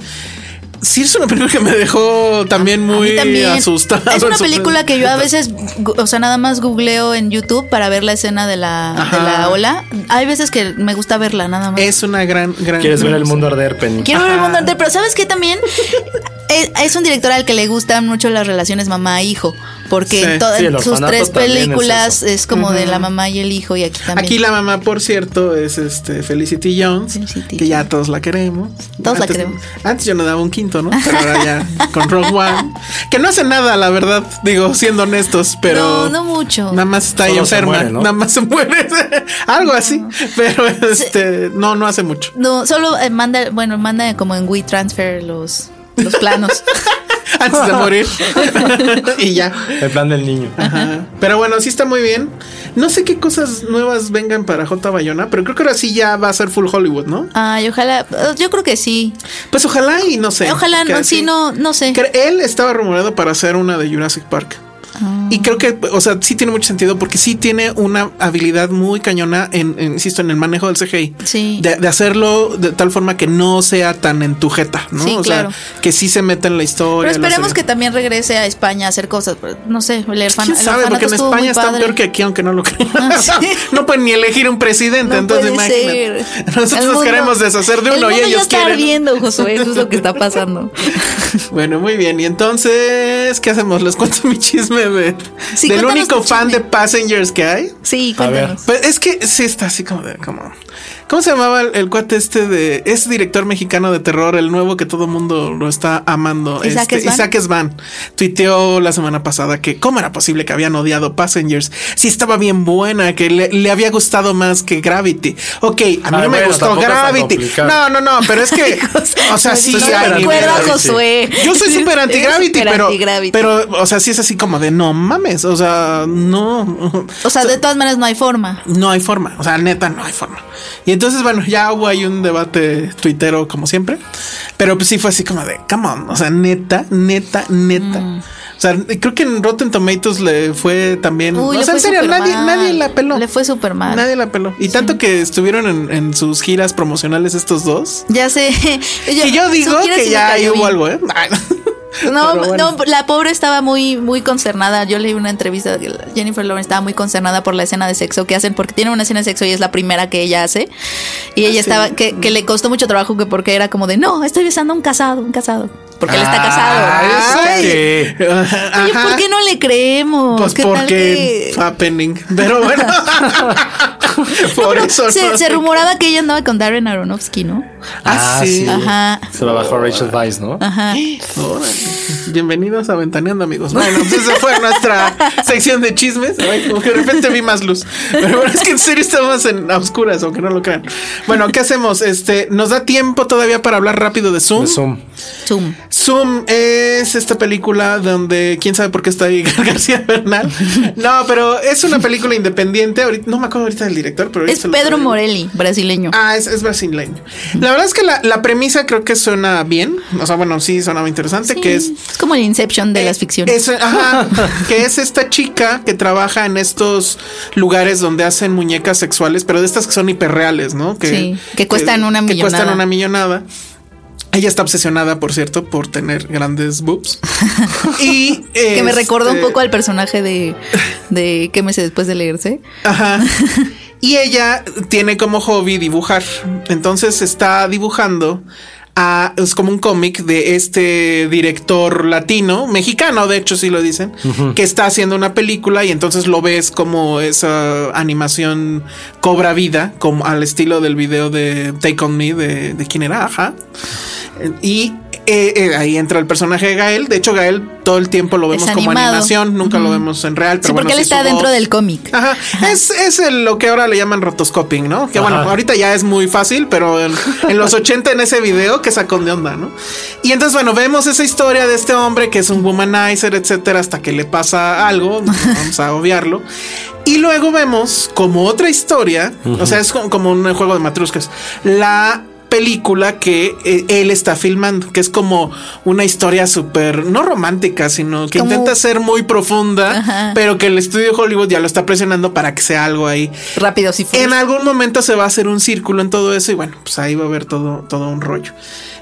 S5: Sí, es una película que me dejó también
S4: A mí
S5: muy
S4: también.
S5: asustado.
S4: Es
S5: *laughs*
S4: una
S5: en su-
S4: película que yo a veces, gu- o sea, nada más googleo en YouTube para ver la escena de la, de
S5: Ajá. Eh,
S4: la ola. Hay veces que me gusta verla, nada más.
S5: Es una gran, gran.
S3: ¿Quieres ver el mundo arder, Penny?
S4: Quiero ver el mundo entero, pero ¿sabes qué también? *laughs* es, es un director al que le gustan mucho las relaciones mamá-hijo, porque
S5: Sí,
S4: en todas
S3: sí, el
S4: sus
S3: orfanato
S4: tres
S3: también es
S4: películas
S3: eso.
S4: es, como de la mamá y el hijo, y aquí también.
S5: Aquí la mamá, por cierto, es este Felicity Jones,
S4: Felicity
S5: que ya
S4: Jones.
S5: todos la queremos.
S4: Todos la
S5: Antes-
S4: queremos.
S5: Antes yo no daba un quinto, ¿no? Pero
S4: *laughs*
S5: ahora ya con Rogue One, que no hace nada, la verdad, digo, siendo honestos, pero
S4: No, no mucho.
S5: Nada más está ahí
S3: Solo se
S5: enferma,
S3: muere, ¿no?
S5: nada más se muere, *laughs* algo así, pero este, no, no hace mucho.
S4: No, solo eh, manda, bueno, manda como en WeTransfer los, los
S5: *laughs*
S4: planos.
S5: Antes de morir
S4: *laughs*
S5: y ya.
S3: El plan del niño.
S4: Ah,
S5: Ajá. Pero bueno, sí está muy bien. No sé qué cosas nuevas vengan para J. Bayona, pero creo que ahora sí ya va a ser full Hollywood, ¿no?
S4: Ay, ojalá, eh, yo creo que sí.
S5: Pues ojalá y no sé.
S4: ojalá,
S5: que
S4: no,
S5: así-
S4: sí, no, no sé.
S5: Cre- Él estaba rumorado para hacer una de Jurassic Park.
S4: Ah.
S5: Y creo que, o sea, sí tiene mucho sentido porque sí tiene una habilidad muy cañona, en, en- insisto, en el manejo del CGI.
S4: Sí.
S5: De, de hacerlo de tal forma que no sea tan en tu jeta, ¿no?
S4: Sí,
S5: o
S4: claro.
S5: sea, que sí se meta en la
S4: Pero
S5: historia.
S4: esperemos que también regrese a España a hacer cosas. pero No sé, el, orfan-
S5: ¿Quién
S4: el
S5: sabe?
S4: orfanato
S5: Porque en
S4: estuvo muy
S5: España está
S4: padre.
S5: peor que aquí, aunque no lo crean.
S4: Ah, sí.
S5: *laughs* No pueden ni elegir un presidente,
S4: No
S5: entonces
S4: puede
S5: imagínate.
S4: ser.
S5: *laughs* Nosotros
S4: El
S5: nos
S4: mundo-
S5: queremos deshacer de
S4: el
S5: uno y
S4: mundo
S5: ellos
S4: ya está
S5: quieren.
S4: ardiendo, Josué, eso es lo que
S5: *laughs*
S4: está pasando. *laughs*
S5: Bueno, muy bien. Y entonces, ¿qué hacemos? Les cuento *laughs* mi chisme de
S4: Sí,
S5: del
S4: cuéntanos
S5: único
S4: tu
S5: fan
S4: chisme.
S5: de Passengers que hay.
S4: Sí,
S3: A ver.
S4: cuéntanos.
S5: Pues es que sí está así como de, como ¿Cómo se llamaba el, el cuate este de ese director mexicano de terror, el nuevo que todo mundo lo está amando?
S4: Isaac
S5: este,
S4: Svan.
S5: Isaac Svan tuiteó la semana pasada que cómo era posible que habían odiado Passengers, si estaba bien buena, que le, le había gustado más que Gravity. Ok, a mí
S3: Ay,
S5: no me
S3: Ah, bueno,
S5: gustó
S3: tampoco es tan
S5: Gravity.
S3: complicado.
S5: No, no, no, pero
S4: *laughs*
S5: es que, o sea, sí,
S4: Pues no
S5: hay
S4: recuerdo a
S5: niveles.
S4: Josué. *laughs*
S5: Yo soy súper anti-gravity,
S4: Súper
S5: pero,
S4: anti-gravity.
S5: pero, o sea, sí es así como de no mames, o sea, no.
S4: O sea, de todas maneras no hay forma.
S5: No hay forma, o sea, neta, no hay forma. Y entonces, bueno, ya hubo ahí un debate tuitero como siempre, pero pues sí fue así como de, come on, o sea, neta, neta, neta.
S4: Mm.
S5: O sea, creo que en Rotten Tomatoes le fue también...
S4: Uy,
S5: o
S4: le
S5: sea, en
S4: fue
S5: serio,
S4: súper
S5: nadie,
S4: mal.
S5: nadie la peló.
S4: Le fue súper mal.
S5: Nadie la peló. Y tanto que estuvieron en, en sus giras promocionales estos dos.
S4: Ya sé. *laughs*
S5: Y yo digo
S4: Sugiero
S5: que
S4: si
S5: ya
S4: me
S5: ahí
S4: cayó
S5: hubo
S4: bien.
S5: algo, ¿eh? Ay,
S4: No,
S5: Pero bueno.
S4: no, la pobre estaba muy, muy concernada. Yo leí una entrevista que la- Jennifer Lawrence estaba muy concernada por la escena de sexo que hacen, porque tiene una escena de sexo y es la primera que ella hace. Y
S5: Ah,
S4: ella estaba, que,
S5: Mm.
S4: que le costó mucho trabajo que porque era como de no, estoy besando a un casado, un casado. Porque él está casado.
S5: *laughs* Ay.
S4: Oye,
S5: Ah, este, Ajá.
S4: ¿por qué no le creemos?
S5: Pues
S4: ¿Qué tal que-
S5: porque happening. Pero bueno.
S4: *laughs*
S5: *laughs* Por eso
S4: se, se
S5: no sé.
S4: rumoraba que ella andaba con Darren Aronofsky, ¿no?
S5: Ah,
S3: Ah,
S5: sí.
S3: sí.
S4: Ajá.
S3: Se lo bajó Rachel Weisz, ¿no?
S4: Ajá.
S5: Órale. Bienvenidos a Ventaneando, amigos. Bueno, pues esa fue nuestra
S4: *laughs*
S5: sección de chismes. Ay, como que de repente vi más luz. Pero bueno, es que en serio estamos en a oscuras, aunque no lo crean. Bueno, ¿qué hacemos? Este, nos da tiempo todavía para hablar rápido de Zoom.
S3: De Zoom.
S4: Zoom.
S5: Zoom es esta película donde quién sabe por qué está ahí *laughs* García Bernal. No, pero es una película independiente. Ahorita, no me acuerdo ahorita del director, pero ahorita
S4: Es
S5: se lo-
S4: Pedro Morelli, brasileño.
S5: Ah, es, es brasileño. La verdad es que la, la premisa creo que suena bien. O sea, bueno, sí, sonaba interesante,
S4: Sí,
S5: que es
S4: es como el Inception de
S5: eh,
S4: las ficciones.
S5: es- ajá, que es esta chica que trabaja en estos lugares donde hacen muñecas sexuales, pero de estas que son hiperreales, ¿no? Que,
S4: Sí, que cuestan una
S5: Que cuestan
S4: millonada.
S5: una millonada. Ella está obsesionada, por cierto, por tener
S4: *laughs*
S5: grandes boobs. y
S4: Que me recordó un
S5: este,
S4: poco al personaje de, de Quémese después de leerse. *laughs*
S5: Ajá. Y ella tiene como hobby dibujar. Entonces está dibujando. A, es como un cómic de este director latino, mexicano, de hecho, si lo dicen, que está haciendo una película y entonces lo ves como esa animación cobra vida, como al estilo del video de Take On Me, de, de quién era, ajá. Y eh, eh, ahí entra el personaje de Gael. De hecho, Gael todo el tiempo lo
S4: Es
S5: vemos como
S4: animado.
S5: animación, nunca lo vemos en real. Pero
S4: sí, porque
S5: bueno,
S4: él
S5: sí su
S4: está dentro
S5: voz. Ah.
S4: del cómic.
S5: Ajá. Es, es el- lo que ahora le llaman rotoscoping, ¿no? Que bueno, ahorita ya es muy fácil, pero en, en los 80 en ese video que sacó de onda, ¿no? Y entonces, bueno, vemos esa historia de este hombre que es un womanizer, etcétera, hasta que le pasa algo, vamos a obviarlo. Y luego vemos como otra historia, o sea, es como, como un juego de matruscas, la película que eh, él está filmando, que es como una historia súper, no romántica, sino que
S4: Como-
S5: intenta ser muy profunda,
S4: Ajá.
S5: pero que el estudio de Hollywood ya lo está presionando para que sea algo ahí.
S4: Rápido, si
S5: En
S4: fue.
S5: algún momento se va a hacer un círculo en todo eso y bueno, pues ahí va a haber todo, todo un rollo.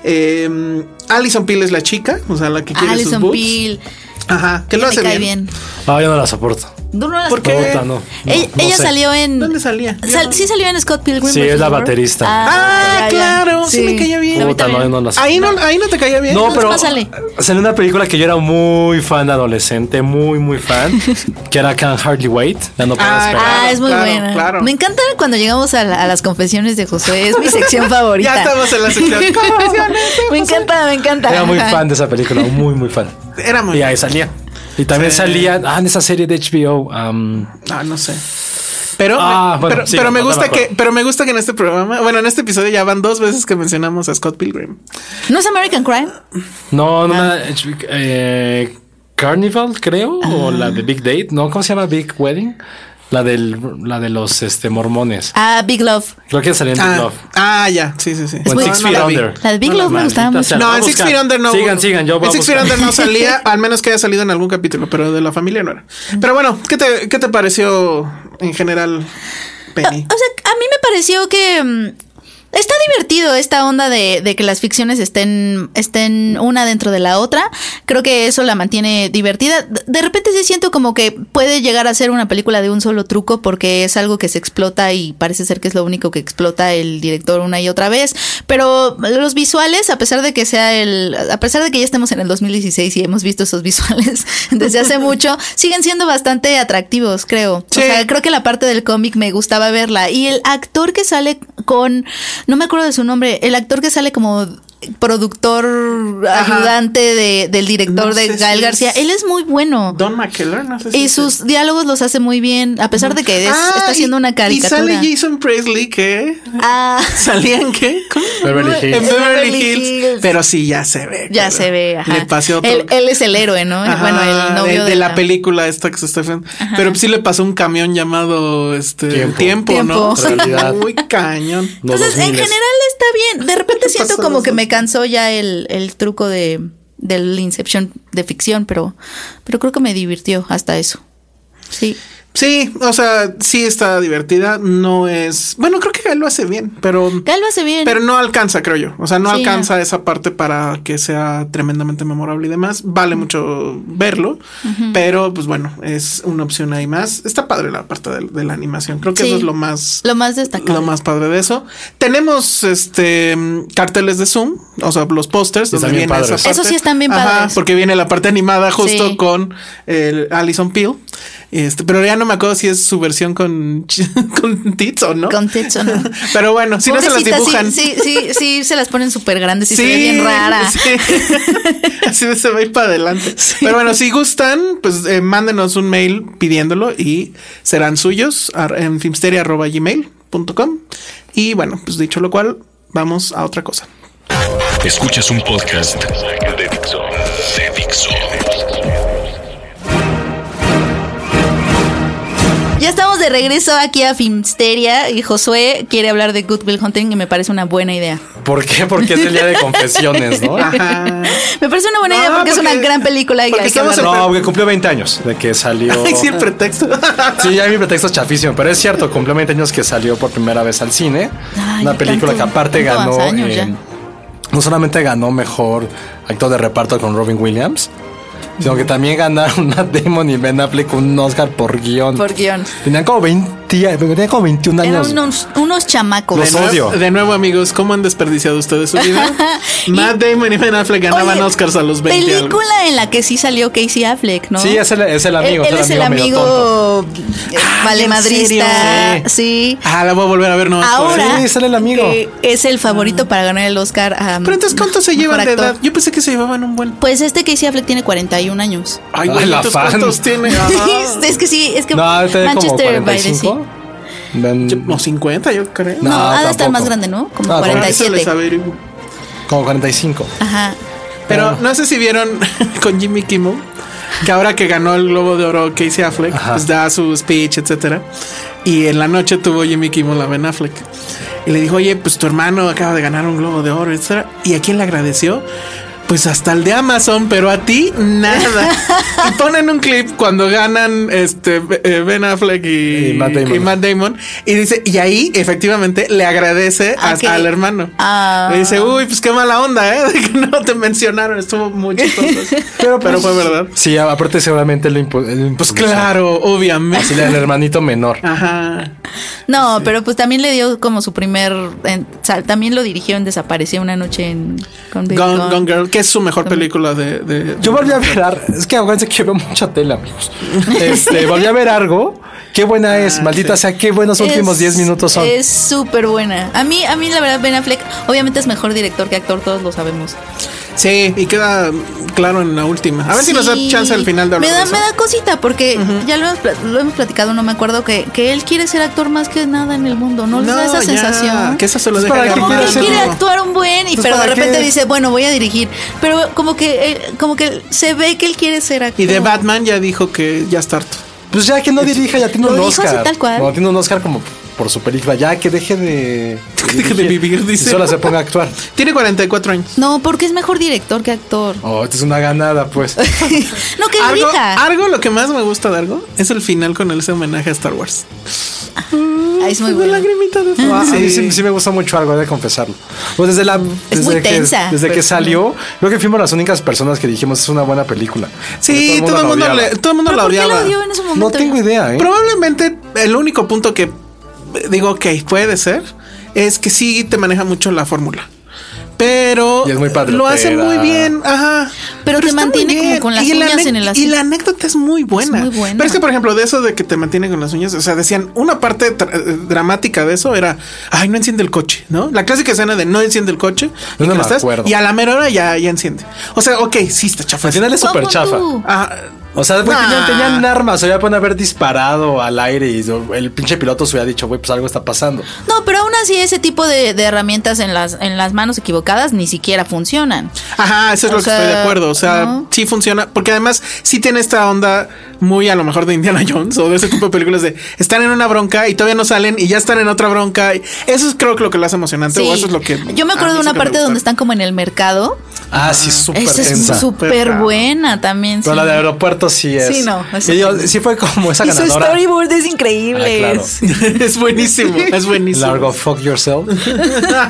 S5: Eh, Alison Peel es la chica, o sea, la que quiere sus
S4: Ah, Alison
S5: boobs.
S4: Peel.
S5: Ajá, que lo
S4: me
S5: hace
S4: cae
S5: bien.
S4: bien.
S3: No, yo no la soporto.
S4: ¿Tú no la
S5: ¿Por qué?
S4: soportas?
S3: Puta, Ah, no. No,
S4: ella
S3: no
S4: ella
S3: sé.
S4: salió en.
S5: ¿Dónde salía? Yo
S4: sal-
S5: no-
S4: sí salió en Scott Pilgrim.
S3: Sí, es
S4: versus
S3: la
S4: the World.
S3: baterista.
S5: Ah,
S4: ya, ya.
S5: claro, sí me caía bien.
S4: A mí
S3: Puta, no,
S4: también.
S3: yo no la soporto.
S5: Ahí no, ahí no te caía bien.
S3: No, pero
S4: pásale.
S3: salió una película que yo era muy fan de adolescente, muy, muy
S5: *laughs*
S3: fan, que era Can Hardly Wait. Ya no puedo
S5: Ah,
S3: esperar.
S4: Ah,
S5: Claro,
S4: es muy
S5: claro,
S4: buena.
S5: claro.
S4: Me encanta cuando llegamos a, la- a las confesiones de José. Es mi
S5: *laughs*
S4: sección favorita.
S5: Ya estamos en la sección.
S4: *laughs*
S5: Confesiones de
S4: me encanta, me encanta.
S3: Era muy fan de esa película, muy, muy fan.
S5: Era muy
S3: Y ahí salía. Y también salía ah, en esa serie de HBO. am,
S5: Ah, no sé. Pero,
S3: Ah,
S5: me,
S3: bueno,
S5: pero,
S3: sí,
S5: pero me
S3: no, no
S5: gusta
S3: me
S5: que,
S3: acuerdo.
S5: pero me gusta que en este programa, bueno, en este episodio ya van dos veces que mencionamos a Scott Pilgrim.
S4: ¿No es American Crime?
S3: No, no,
S5: Ah.
S3: una- eh, Carnival, creo,
S5: Ah.
S3: o la de Big Date. No, ¿cómo se llama Big Wedding? La, del, la de los este, mormones.
S4: Ah, Big Love.
S3: Creo que salía en Big
S5: Ah,
S3: Love.
S5: ah, ya, sí, sí, sí.
S3: O en
S4: muy-
S3: Six
S5: No, no
S3: Feet
S5: la vi.
S3: Under.
S4: La de Big
S3: No,
S4: Love me
S3: maldita
S4: gustaba mucho.
S3: sea, la
S5: No,
S3: voy a
S5: en Six
S3: buscar.
S5: Feet Under no.
S3: Sigan, sigan, yo voy
S5: En
S3: a
S5: Six Feet
S3: buscar. *laughs*
S5: Under no salía, al menos que haya salido en algún capítulo, pero de la familia no era.
S4: Mm.
S5: Pero bueno, ¿qué te, qué te pareció en general,
S4: O
S5: Penny?
S4: Ah, sea, a mí me pareció que. mm, Está divertido esta onda de, de que las ficciones estén, estén una dentro de la otra. Creo que eso la mantiene divertida. De- De repente sí siento como que puede llegar a ser una película de un solo truco porque es algo que se explota y parece ser que es lo único que explota el director una y otra vez. Pero los visuales, a pesar de que sea el, a pesar de que ya estemos en el 2016 y hemos visto esos visuales *laughs* desde
S5: *laughs*
S4: hace mucho, siguen siendo bastante atractivos, creo.
S5: Sí.
S4: O sea, creo que la parte del cómic me gustaba verla. Y el actor que sale con, no me acuerdo de su nombre, el actor que sale como productor
S5: Ajá.
S4: ayudante de- del director
S5: No
S4: de
S5: sé si
S4: Gael
S5: es-
S4: García, él es muy bueno.
S5: Don McKellar, no sé si.
S4: ah. Y
S5: es
S4: sus diálogos los hace muy bien, a pesar de que es-
S5: Ah,
S4: está haciendo
S5: y-
S4: una caricatura.
S5: Y sale Jason Presley, ¿qué? *laughs*
S4: Ah,
S5: ¿Salían qué? ¿Cómo?
S3: Beverly Hills.
S5: En Beverly
S4: Beverly
S5: Hills.
S4: Hills.
S5: Pero sí, ya se ve.
S4: ya
S5: cabrón.
S4: se ve. Ajá.
S5: Le pasó otro-
S4: él, él es el héroe, ¿no?
S5: Ajá,
S4: bueno, el novio
S5: de, de la, película esta que se está haciendo. Pero sí le pasó un camión llamado este
S3: Tiempo.
S5: tiempo, ¿no?
S4: Tiempo.
S3: Realidad.
S5: Muy cañón.
S3: No,
S4: Entonces,
S3: dos
S4: en
S3: miles.
S4: general está bien. De repente
S5: ¿Qué
S4: siento
S5: pasó,
S4: como que
S5: Rosa?
S4: me cansó ya el, el truco de del Inception de ficción, pero, pero creo que me divirtió hasta eso. Sí.
S5: Sí, o sea, sí está divertida. No es. Bueno, creo que Gael lo hace bien, pero.
S4: Gael lo hace bien.
S5: Pero no alcanza, creo yo. O sea, no
S4: Sí,
S5: alcanza esa parte para que sea tremendamente memorable y demás. Vale mucho verlo, pero pues bueno, es una opción ahí más. Está padre la parte del- de, la animación. Creo que
S4: Sí.
S5: eso es lo más.
S4: Lo más destacable.
S5: Lo más padre de eso. Tenemos este mm, carteles de Zoom, o sea, los pósters
S3: Están
S5: donde
S3: bien
S5: viene esa
S3: padres.
S5: parte.
S4: Esos sí están bien
S5: Ajá,
S4: padres.
S5: porque viene la parte animada justo
S4: Sí.
S5: con el Alison Peel. Este, pero ya no me acuerdo si es su versión con, *laughs* con tits o no.
S4: Con tits o no.
S5: Pero bueno, *laughs* si no se
S4: Pobrecita,
S5: las dibujan.
S4: Sí, sí, sí, sí, se las ponen súper *laughs* grandes y se ve bien rara. *laughs*
S5: sí. Así se va a ir para adelante. Pero bueno, si gustan, pues eh, mándenos un mail pidiéndolo y serán suyos ar- en filmsteria.gmail.com. Y bueno, pues dicho lo cual, vamos a otra cosa.
S2: Escuchas un podcast de Dixo. De Dixo.
S4: Ya estamos de regreso aquí a Filmsteria y Josué quiere hablar de Good Will Hunting y me parece una buena idea.
S3: ¿Por qué? Porque es el día de confesiones,
S4: *laughs*
S3: ¿no?
S4: Me parece una buena
S5: No,
S4: idea porque, es una
S5: porque-
S4: gran película y hay
S5: porque
S4: que
S5: estamos en-
S4: hablarlo.
S3: No, porque cumplió 20 años de que salió.
S5: *laughs* Ay, sí, el pretexto.
S3: Sí, ya mi pretexto es chafísimo, pero es cierto, cumplió 20 años que salió por primera vez al cine.
S4: Ay,
S3: una
S4: ya
S3: película
S4: tanto-
S3: que aparte
S4: tanto
S3: ganó. eh,
S4: avanza años ya.
S3: no solamente ganó mejor actor de reparto con Robin Williams, sino que también *laughs* ganaron Matt Damon y Ben Affleck un Oscar por guión.
S4: por guión.
S3: Tenían como 20, a- tenían como 21 años.
S4: Eran unos, unos chamacos.
S3: Los
S5: De
S3: odio.
S5: nuevo- De nuevo, amigos, ¿cómo han desperdiciado ustedes su vida?
S4: *laughs*
S5: Matt Damon y Ben Affleck ganaban
S4: Oye,
S5: Oscars a los 20 algo.
S4: Película en la que sí salió Casey Affleck, ¿no?
S3: Sí, es el, es el
S4: Él-
S3: amigo.
S4: Él, es el
S3: medio tonto. Ah,
S4: amigo eh,
S5: Ah,
S4: valemadrista.
S5: serio?
S4: Sí.
S5: Ah, la voy a volver a ver, no.
S4: Ahora
S3: Sí, sale el amigo. Mm.
S4: que es el favorito para ganar el Oscar. a
S5: Pero entonces, ¿cuántos se
S4: mejor
S5: llevan de
S4: actor.
S5: edad? Yo pensé que se llevaban un buen.
S4: Pues este Casey Affleck tiene 41 años.
S3: Ay,
S5: Ay, güey,
S3: la fan.
S5: ¿cuántos tiene?
S4: *laughs*
S5: Ah.
S4: es que sí, es que
S3: No, ahorita tiene como
S4: Manchester by the
S3: 45.
S4: Sea.
S3: Ben-
S5: O 50, yo creo.
S4: No, ha de estar
S3: tampoco.
S4: más grande, ¿no? Como
S3: Ah,
S5: Ahora se
S4: 47.
S5: les averigua.
S3: Como 45.
S4: Ajá.
S5: Pero
S3: Ah.
S5: no sé si vieron *laughs* con Jimmy Kimmel que ahora que ganó el Globo de Oro Casey Affleck,
S3: Ajá.
S5: pues da su speech, etcétera. Y en la noche tuvo Jimmy Kimmel a Ben Affleck y le dijo, oye, pues tu hermano acaba de ganar un Globo de Oro, etcétera. ¿Y a quién le agradeció? Pues hasta el de Amazon, pero a ti
S3: *laughs*
S5: nada. y ponen un clip cuando ganan este eh, Ben Affleck y,
S3: Y Matt Damon.
S5: y Matt Damon. Y dice, y ahí efectivamente le agradece
S4: Ah,
S5: a-
S4: que-
S5: al hermano.
S4: Ah.
S5: Le dice, uy, pues qué mala onda, ¿eh? *laughs* De que no te mencionaron, estuvo
S4: *laughs*
S5: muy chistoso.
S4: pues
S5: pero, pero fue verdad.
S3: Sí, aparte seguramente lo impu- lo
S5: Pues
S3: impulsó.
S5: claro,
S3: Sí,
S5: obviamente.
S3: el hermanito menor.
S5: Ajá.
S4: No, pero pues también le dio como su primer. en- o sea, también lo dirigió en Desapareció una noche en, con Baby
S5: Gone,
S4: Gone.
S5: Gone Girl, que es su mejor
S4: Gone.
S5: película de... de-
S3: Yo volví a ver, ar- es que acuérdense que yo veo mucha tele, amigos. *laughs*
S4: *laughs*
S3: Este, volví a ver algo. Qué buena es, maldita sea, qué buenos últimos
S4: Ah, Es-
S3: 10 minutos son.
S4: Es súper buena. A mí, a mí la verdad, Ben Affleck obviamente es mejor director que actor, todos lo sabemos.
S5: Sí, y queda claro en la última. A ver si nos da
S4: Sí.
S5: chance al final de hablar
S4: me
S5: de
S4: da,
S5: eso.
S4: me da cosita porque ya lo hemos, pla- lo hemos platicado, no me acuerdo, que, que él quiere ser actor más que nada en el mundo. No, les da esa
S5: ya,
S4: sensación.
S5: Que eso se lo
S3: Es
S5: deja
S3: para que
S4: Como
S3: quiera
S4: que
S5: Gael.
S4: él
S3: ser
S4: quiere
S3: uno.
S4: actuar un buen y
S3: Pues,
S4: pero de
S3: ¿para
S4: repente
S3: qué?
S4: dice, bueno, voy a dirigir. Pero como que eh, como que se ve que él quiere ser actor.
S5: Y de Batman ya dijo que ya está harto.
S3: Pues ya que no dirija, ya tiene
S4: Lo
S3: un
S4: dijo
S3: Oscar.
S4: así, tal cual.
S3: No, tiene un Oscar como por su película. Ya que deje de.
S5: Que *laughs* deje de
S3: dirigir
S5: vivir, dice.
S3: Y solo se ponga a actuar.
S5: Tiene 44 años.
S4: No, porque es mejor director que
S5: *laughs*
S4: actor.
S3: Oh, esta es una ganada,
S4: *laughs*
S3: pues.
S4: no que
S5: Algo,
S4: dirija.
S5: algo lo que más me gusta de algo es el final con ese homenaje a Star Wars.
S4: Ay, es muy
S5: una
S4: buena.
S5: lagrimita Ah, de fuego.
S3: Sí, sí, sí me gusta mucho algo, he de confesarlo. Pues desde la.
S4: Es
S3: desde
S4: muy
S3: que,
S4: tensa. pues,
S3: Desde que salió, creo que fuimos las únicas personas que dijimos es una buena película.
S5: Ah, Sí,
S3: Porque
S5: todo el mundo,
S3: la
S5: le-
S3: odiaba.
S5: todo el mundo
S4: ¿Pero
S5: la
S4: ¿Por qué
S5: odiaba. Ah,
S4: la odió en ese momento?
S3: No tengo idea, ¿eh?
S5: Probablemente el único punto que eh, digo, ok, puede ser, es que sí te maneja mucho la fórmula. Pero
S3: Y es muy
S5: lo hace
S3: patriotera.
S5: muy bien, ajá.
S4: Pero te
S5: está muy
S4: mantiene como
S5: bien.
S4: con las
S5: Y la
S4: uñas
S5: ane-
S4: en el
S5: Y
S4: asiento.
S5: la anécdota es muy buena.
S4: muy buena.
S5: Pero es que, por ejemplo, de eso de que te mantiene con las uñas, o sea, decían, una parte tra- eh, dramática de eso era, ay, no enciende el coche, ¿no? La clásica escena de no enciende el coche, y,
S3: no
S5: que
S3: me
S5: lo estás,
S3: acuerdo.
S5: y a la mera hora ya, ya enciende. O sea, ok, sí está chafa. Ah,
S3: Al final es
S4: Pon
S3: súper
S4: tú.
S3: chafa.
S5: Ajá.
S3: O sea, güey,
S5: Nah.
S3: tenían, tenían armas, o ya pueden haber disparado al aire y el pinche piloto se hubiera dicho, güey, pues algo está pasando.
S4: No, pero aún así ese tipo de, de herramientas en las, en las manos equivocadas ni siquiera funcionan.
S5: Ajá, eso es
S4: O
S5: lo que
S4: sea,
S5: estoy de acuerdo. O sea,
S4: ¿no?
S5: sí funciona. Porque además sí tiene esta onda muy a lo mejor de Indiana Jones o de ese tipo de películas de están en una bronca y todavía no salen y ya están en otra bronca. y Eso es creo que lo que lo hace emocionante.
S4: Sí.
S5: O eso es lo que.
S4: Yo me
S5: a mí
S4: acuerdo de
S5: es
S4: una
S5: lo que me
S4: parte donde
S5: gusta.
S4: están como en el mercado.
S3: Ah, sí, súper
S4: Esa es
S3: tensa.
S4: súper
S5: Perra.
S4: buena también.
S3: Pero
S4: sí.
S3: la de aeropuerto sí es.
S4: Sí, no, eso
S3: Y yo-
S4: sí.
S3: sí fue como esa
S4: Y su
S3: ganadora.
S4: storyboard es increíble.
S3: Ah, claro.
S5: *laughs* es buenísimo. Es buenísimo.
S3: Largo fuck yourself.
S5: *laughs*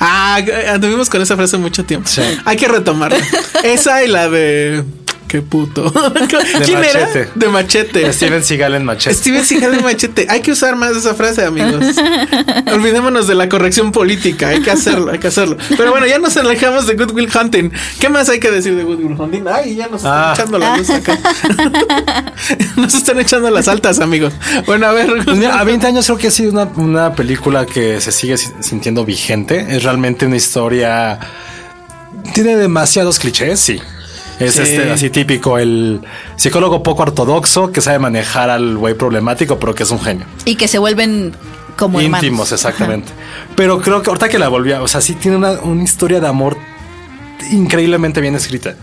S5: Ah, anduvimos con esa frase mucho tiempo.
S3: Sí.
S5: Hay
S4: *laughs*
S5: que retomarla. Esa y la de. Qué puto. ¿Quién
S3: Machete.
S5: era? De machete.
S3: Steven Seagal
S4: *laughs*
S3: en machete.
S5: Steven Seagal de machete. Hay que usar más esa frase, amigos. Olvidémonos de la corrección política. Hay que hacerlo, hay que hacerlo. Pero bueno, ya nos alejamos de Good Will Hunting. ¿Qué más hay que decir de Good Will Hunting? Ay, ya nos
S3: Ah.
S5: están echando la
S4: *laughs*
S5: luz acá. nos están echando las altas, amigos. *laughs* Bueno,
S3: *laughs*
S5: a ver.
S3: Pues mira, a 20 años creo que ha sido una, una película que se sigue si- sintiendo vigente. Es realmente una historia. Tiene demasiados clichés, sí. Es
S5: Sí.
S3: este así típico, el psicólogo poco ortodoxo que sabe manejar al güey problemático, pero que es un genio.
S4: Y que se vuelven como hermanos.
S3: íntimos, exactamente. Pero creo que ahorita que la volví a, o sea, sí tiene una, una historia de amor increíblemente bien escrita.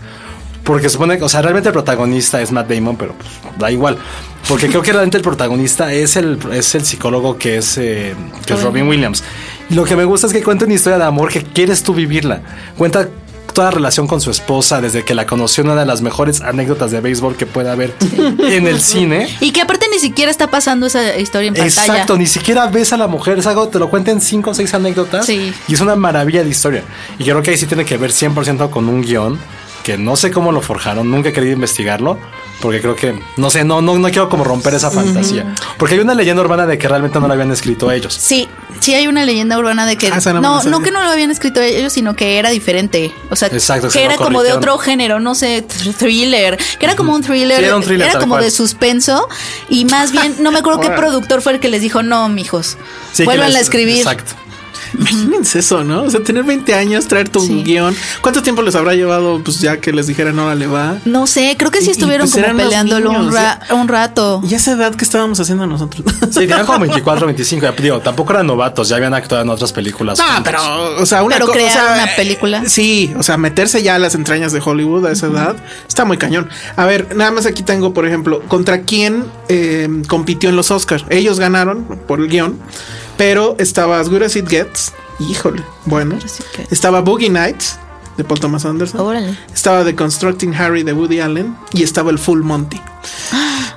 S3: Porque supone que, o sea, realmente el protagonista es Matt Damon, pero pues, da igual. Porque creo que realmente el protagonista es el, es el psicólogo que es, eh, que es Robin Williams. Y lo que me gusta es que cuenta una historia de amor que quieres tú vivirla. Cuenta toda la relación con su esposa desde que la conoció, una de las mejores anécdotas de béisbol que puede haber en el cine.
S4: Y que aparte ni siquiera está pasando esa historia en pantalla.
S3: Exacto, ni siquiera ves a la mujer, es algo, te lo cuentan cinco o seis anécdotas
S4: Sí.
S3: y es una maravilla de historia. Y creo que ahí sí tiene que ver 100% con un guión que no sé cómo lo forjaron, nunca he querido investigarlo, porque creo que, no sé, no, no, no quiero como romper esa fantasía. Porque hay una leyenda urbana de que realmente no la habían escrito ellos.
S4: Sí, sí hay una leyenda urbana de que
S5: Ah, esa
S4: no,
S5: no me la
S4: no,
S5: sabía.
S4: que no lo habían escrito ellos, sino que era diferente. O sea,
S3: Exacto, que
S4: que era
S3: lo
S4: como de
S3: corrigieron.
S4: otro género, no sé, thr- thriller, que era como un thriller,
S3: Sí, era un thriller, tal
S4: como
S3: cual.
S4: de suspenso y más bien, no me acuerdo qué productor fue el que les dijo, no, mijos,
S3: Sí, que
S4: vuelvan
S3: les-
S4: a escribir.
S3: Exacto.
S5: Imagínense eso, ¿no? O sea, tener 20 años, traerte un
S4: Sí.
S5: guión. ¿Cuánto tiempo les habrá llevado, pues ya que les dijeran, órale, va?
S4: No sé, creo que
S5: Y-
S4: sí
S5: y
S4: estuvieron
S5: pues eran
S4: como
S5: los
S4: peleándolo un,
S5: niños,
S4: ra- un rato.
S5: ¿Y esa edad que estábamos haciendo nosotros?
S3: Sí, tenían como 24, 25, ya, digo, tampoco eran novatos, ya habían actuado en otras películas.
S5: No,
S3: juntos.
S5: pero, o sea, una
S4: Pero
S5: co- o
S4: crear
S5: sea,
S4: una película.
S5: eh, Sí, o sea, meterse ya a las entrañas de Hollywood a esa edad está muy cañón. A ver, nada más aquí tengo, por ejemplo, contra quién eh, compitió en los Oscars. Ellos ganaron por el guión, pero estaba As Good As It Gets. Híjole, bueno.
S4: As It Gets.
S5: Estaba Boogie Nights de Paul Thomas Anderson. *laughs*
S4: Órale.
S5: Estaba The Constructing Harry de Woody Allen y estaba el Full Monty.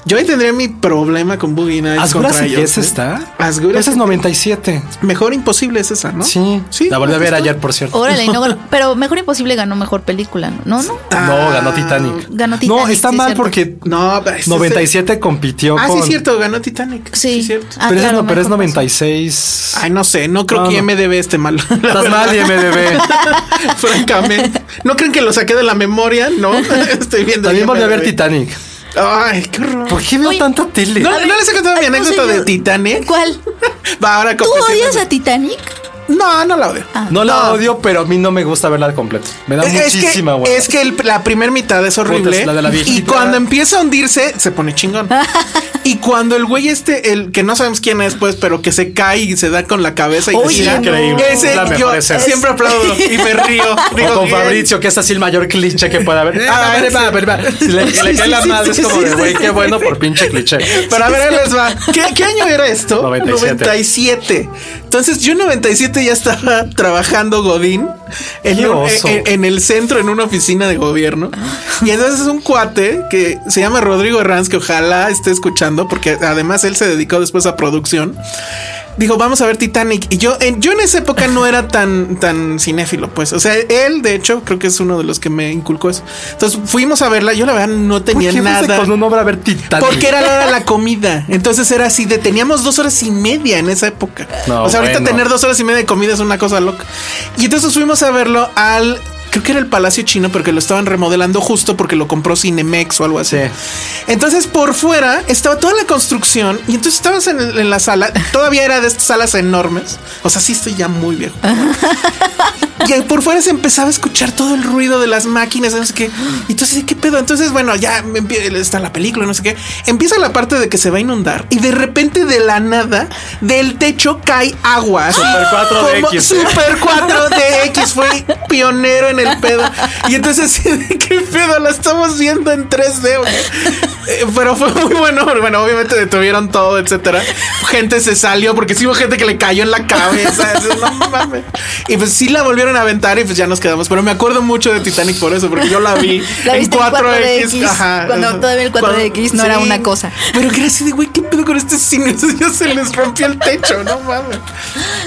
S5: Yo ahí tendría mi problema con Boogie Nights.
S3: As Good As
S5: contra
S3: It
S5: ellos,
S3: Gets
S5: ¿eh?
S3: está.
S5: As Good As
S3: Esa es
S5: It-
S3: 97.
S5: Mejor imposible es esa, ¿no?
S3: Sí, La volví a ver ayer, por cierto.
S4: Órale, no,
S5: *laughs*
S4: pero Mejor Imposible ganó Mejor Película, ¿no? No, no.
S3: No, ganó Titanic.
S4: Ganó Titanic,
S3: Ah, No, está
S4: sí,
S3: mal
S4: cierto.
S3: porque
S5: No, pero ese-
S3: 97 compitió
S5: Ah,
S3: con.
S5: sí, es cierto, ganó Titanic.
S4: Sí.
S5: es cierto.
S4: Ah,
S3: pero, es,
S4: claro,
S3: no, pero es
S4: mejor
S3: 96.
S5: Ay, no sé, no creo
S3: No,
S5: que
S3: no.
S5: MDB
S3: *laughs*
S5: esté mal. la
S3: Estás mal,
S5: verdad,
S3: IMDb.
S5: *laughs* Francamente. ¿No creen que lo saqué de la memoria? No, *laughs* estoy viendo.
S3: También volví a ver
S5: IMDb.
S3: Titanic.
S5: Ay, qué horror.
S3: ¿Por qué veo
S4: Oye,
S3: tanta tele?
S5: No,
S4: A ver,
S5: no les he contado mi
S4: ay, no sé yo.
S5: anécdota de Titanic.
S4: ¿Cuál?
S5: *laughs* Va, ahora
S4: ¿Tú odias a Ah.
S5: confesiones.
S4: Titanic?
S5: No, no la odio.
S3: No la odio, pero a mí no me gusta verla al completo. Me da
S5: Es que,
S3: muchísima hueva.
S5: es que el- la primera mitad es
S3: Puta,
S5: horrible.
S3: es la de la
S5: y
S3: viejita.
S5: cuando empieza a hundirse, se pone chingón. y cuando el güey este, el que no sabemos quién es, pues, pero que se cae y se da con la cabeza y
S4: Oye,
S5: gira,
S4: no. Increíble.
S5: Ese
S3: Es la mejor
S5: yo
S3: escena.
S5: siempre aplaudo y me río.
S3: o
S5: Digo,
S3: con
S5: bien.
S3: Fabricio, que es así el mayor cliché que puede
S5: *laughs*
S3: haber. Ah,
S5: Ah,
S3: ver,
S5: sí.
S3: va, ver, va. Si le, si le cae
S5: Sí, sí,
S3: la
S5: sí,
S3: madre,
S5: sí,
S3: es como
S5: sí,
S3: de
S5: sí,
S3: güey,
S5: sí,
S3: qué
S5: sí.
S3: bueno por pinche *laughs* cliché.
S5: Pero a ver, ahí les va. ¿Qué, qué año era esto?
S3: 97.
S5: 97. Entonces, yo en 97 2007 ya estaba trabajando Godín en,
S3: Qué
S5: un-
S3: oso.
S5: en- en el centro, en una oficina de gobierno. Y entonces es un cuate que se llama Rodrigo Herranz, que ojalá esté escuchando, porque además él se dedicó después a producción. Dijo, vamos a ver Titanic. Y yo en, yo en esa época no era tan, tan cinéfilo, pues. O sea, él, de hecho, creo que es uno de los que me inculcó eso. Entonces fuimos a verla. Yo la verdad no tenía
S3: ¿Por qué fuiste
S5: nada.
S3: Con un obra a ver Titanic.
S5: Porque era la hora de la comida. Entonces era así de teníamos dos horas y media en esa época.
S3: No,
S5: o sea, ahorita
S3: bueno.
S5: tener dos horas y media de comida es una cosa loca. Y entonces fuimos a verlo al. Creo que era el Palacio Chino, pero que lo estaban remodelando justo porque lo compró Cinemex o algo así. Entonces por fuera estaba toda la construcción y entonces estabas en, el- en la sala. Todavía era de estas salas enormes. O sea, sí estoy ya muy viejo. Y por fuera se empezaba a escuchar todo el ruido de las máquinas, no sé qué. Y entonces, ¿qué pedo? Entonces, bueno, ya me empie- está la película, no sé qué. Empieza la parte de que se va a inundar y de repente de la nada del techo cae agua. Super
S3: 4DX.
S5: Super 4DX fue pionero en el pedo. Y entonces, ¿qué pedo? La estamos viendo en 3D. güey. Eh, Pero fue muy bueno. porque, Bueno, obviamente detuvieron todo, etcétera. Gente se salió porque sí hubo gente que le cayó en la cabeza. Eso, no mames. Y pues sí la volvieron a aventar y pues ya nos quedamos. Pero me acuerdo mucho de Titanic por eso, porque yo la vi
S4: La
S5: en
S4: viste en
S5: 4DX.
S4: 4DX, cuando todavía el 4DX no era una cosa.
S5: Pero que era así de, güey, ¿qué pedo con este cine? *laughs* Ya se les rompió el techo, no mames.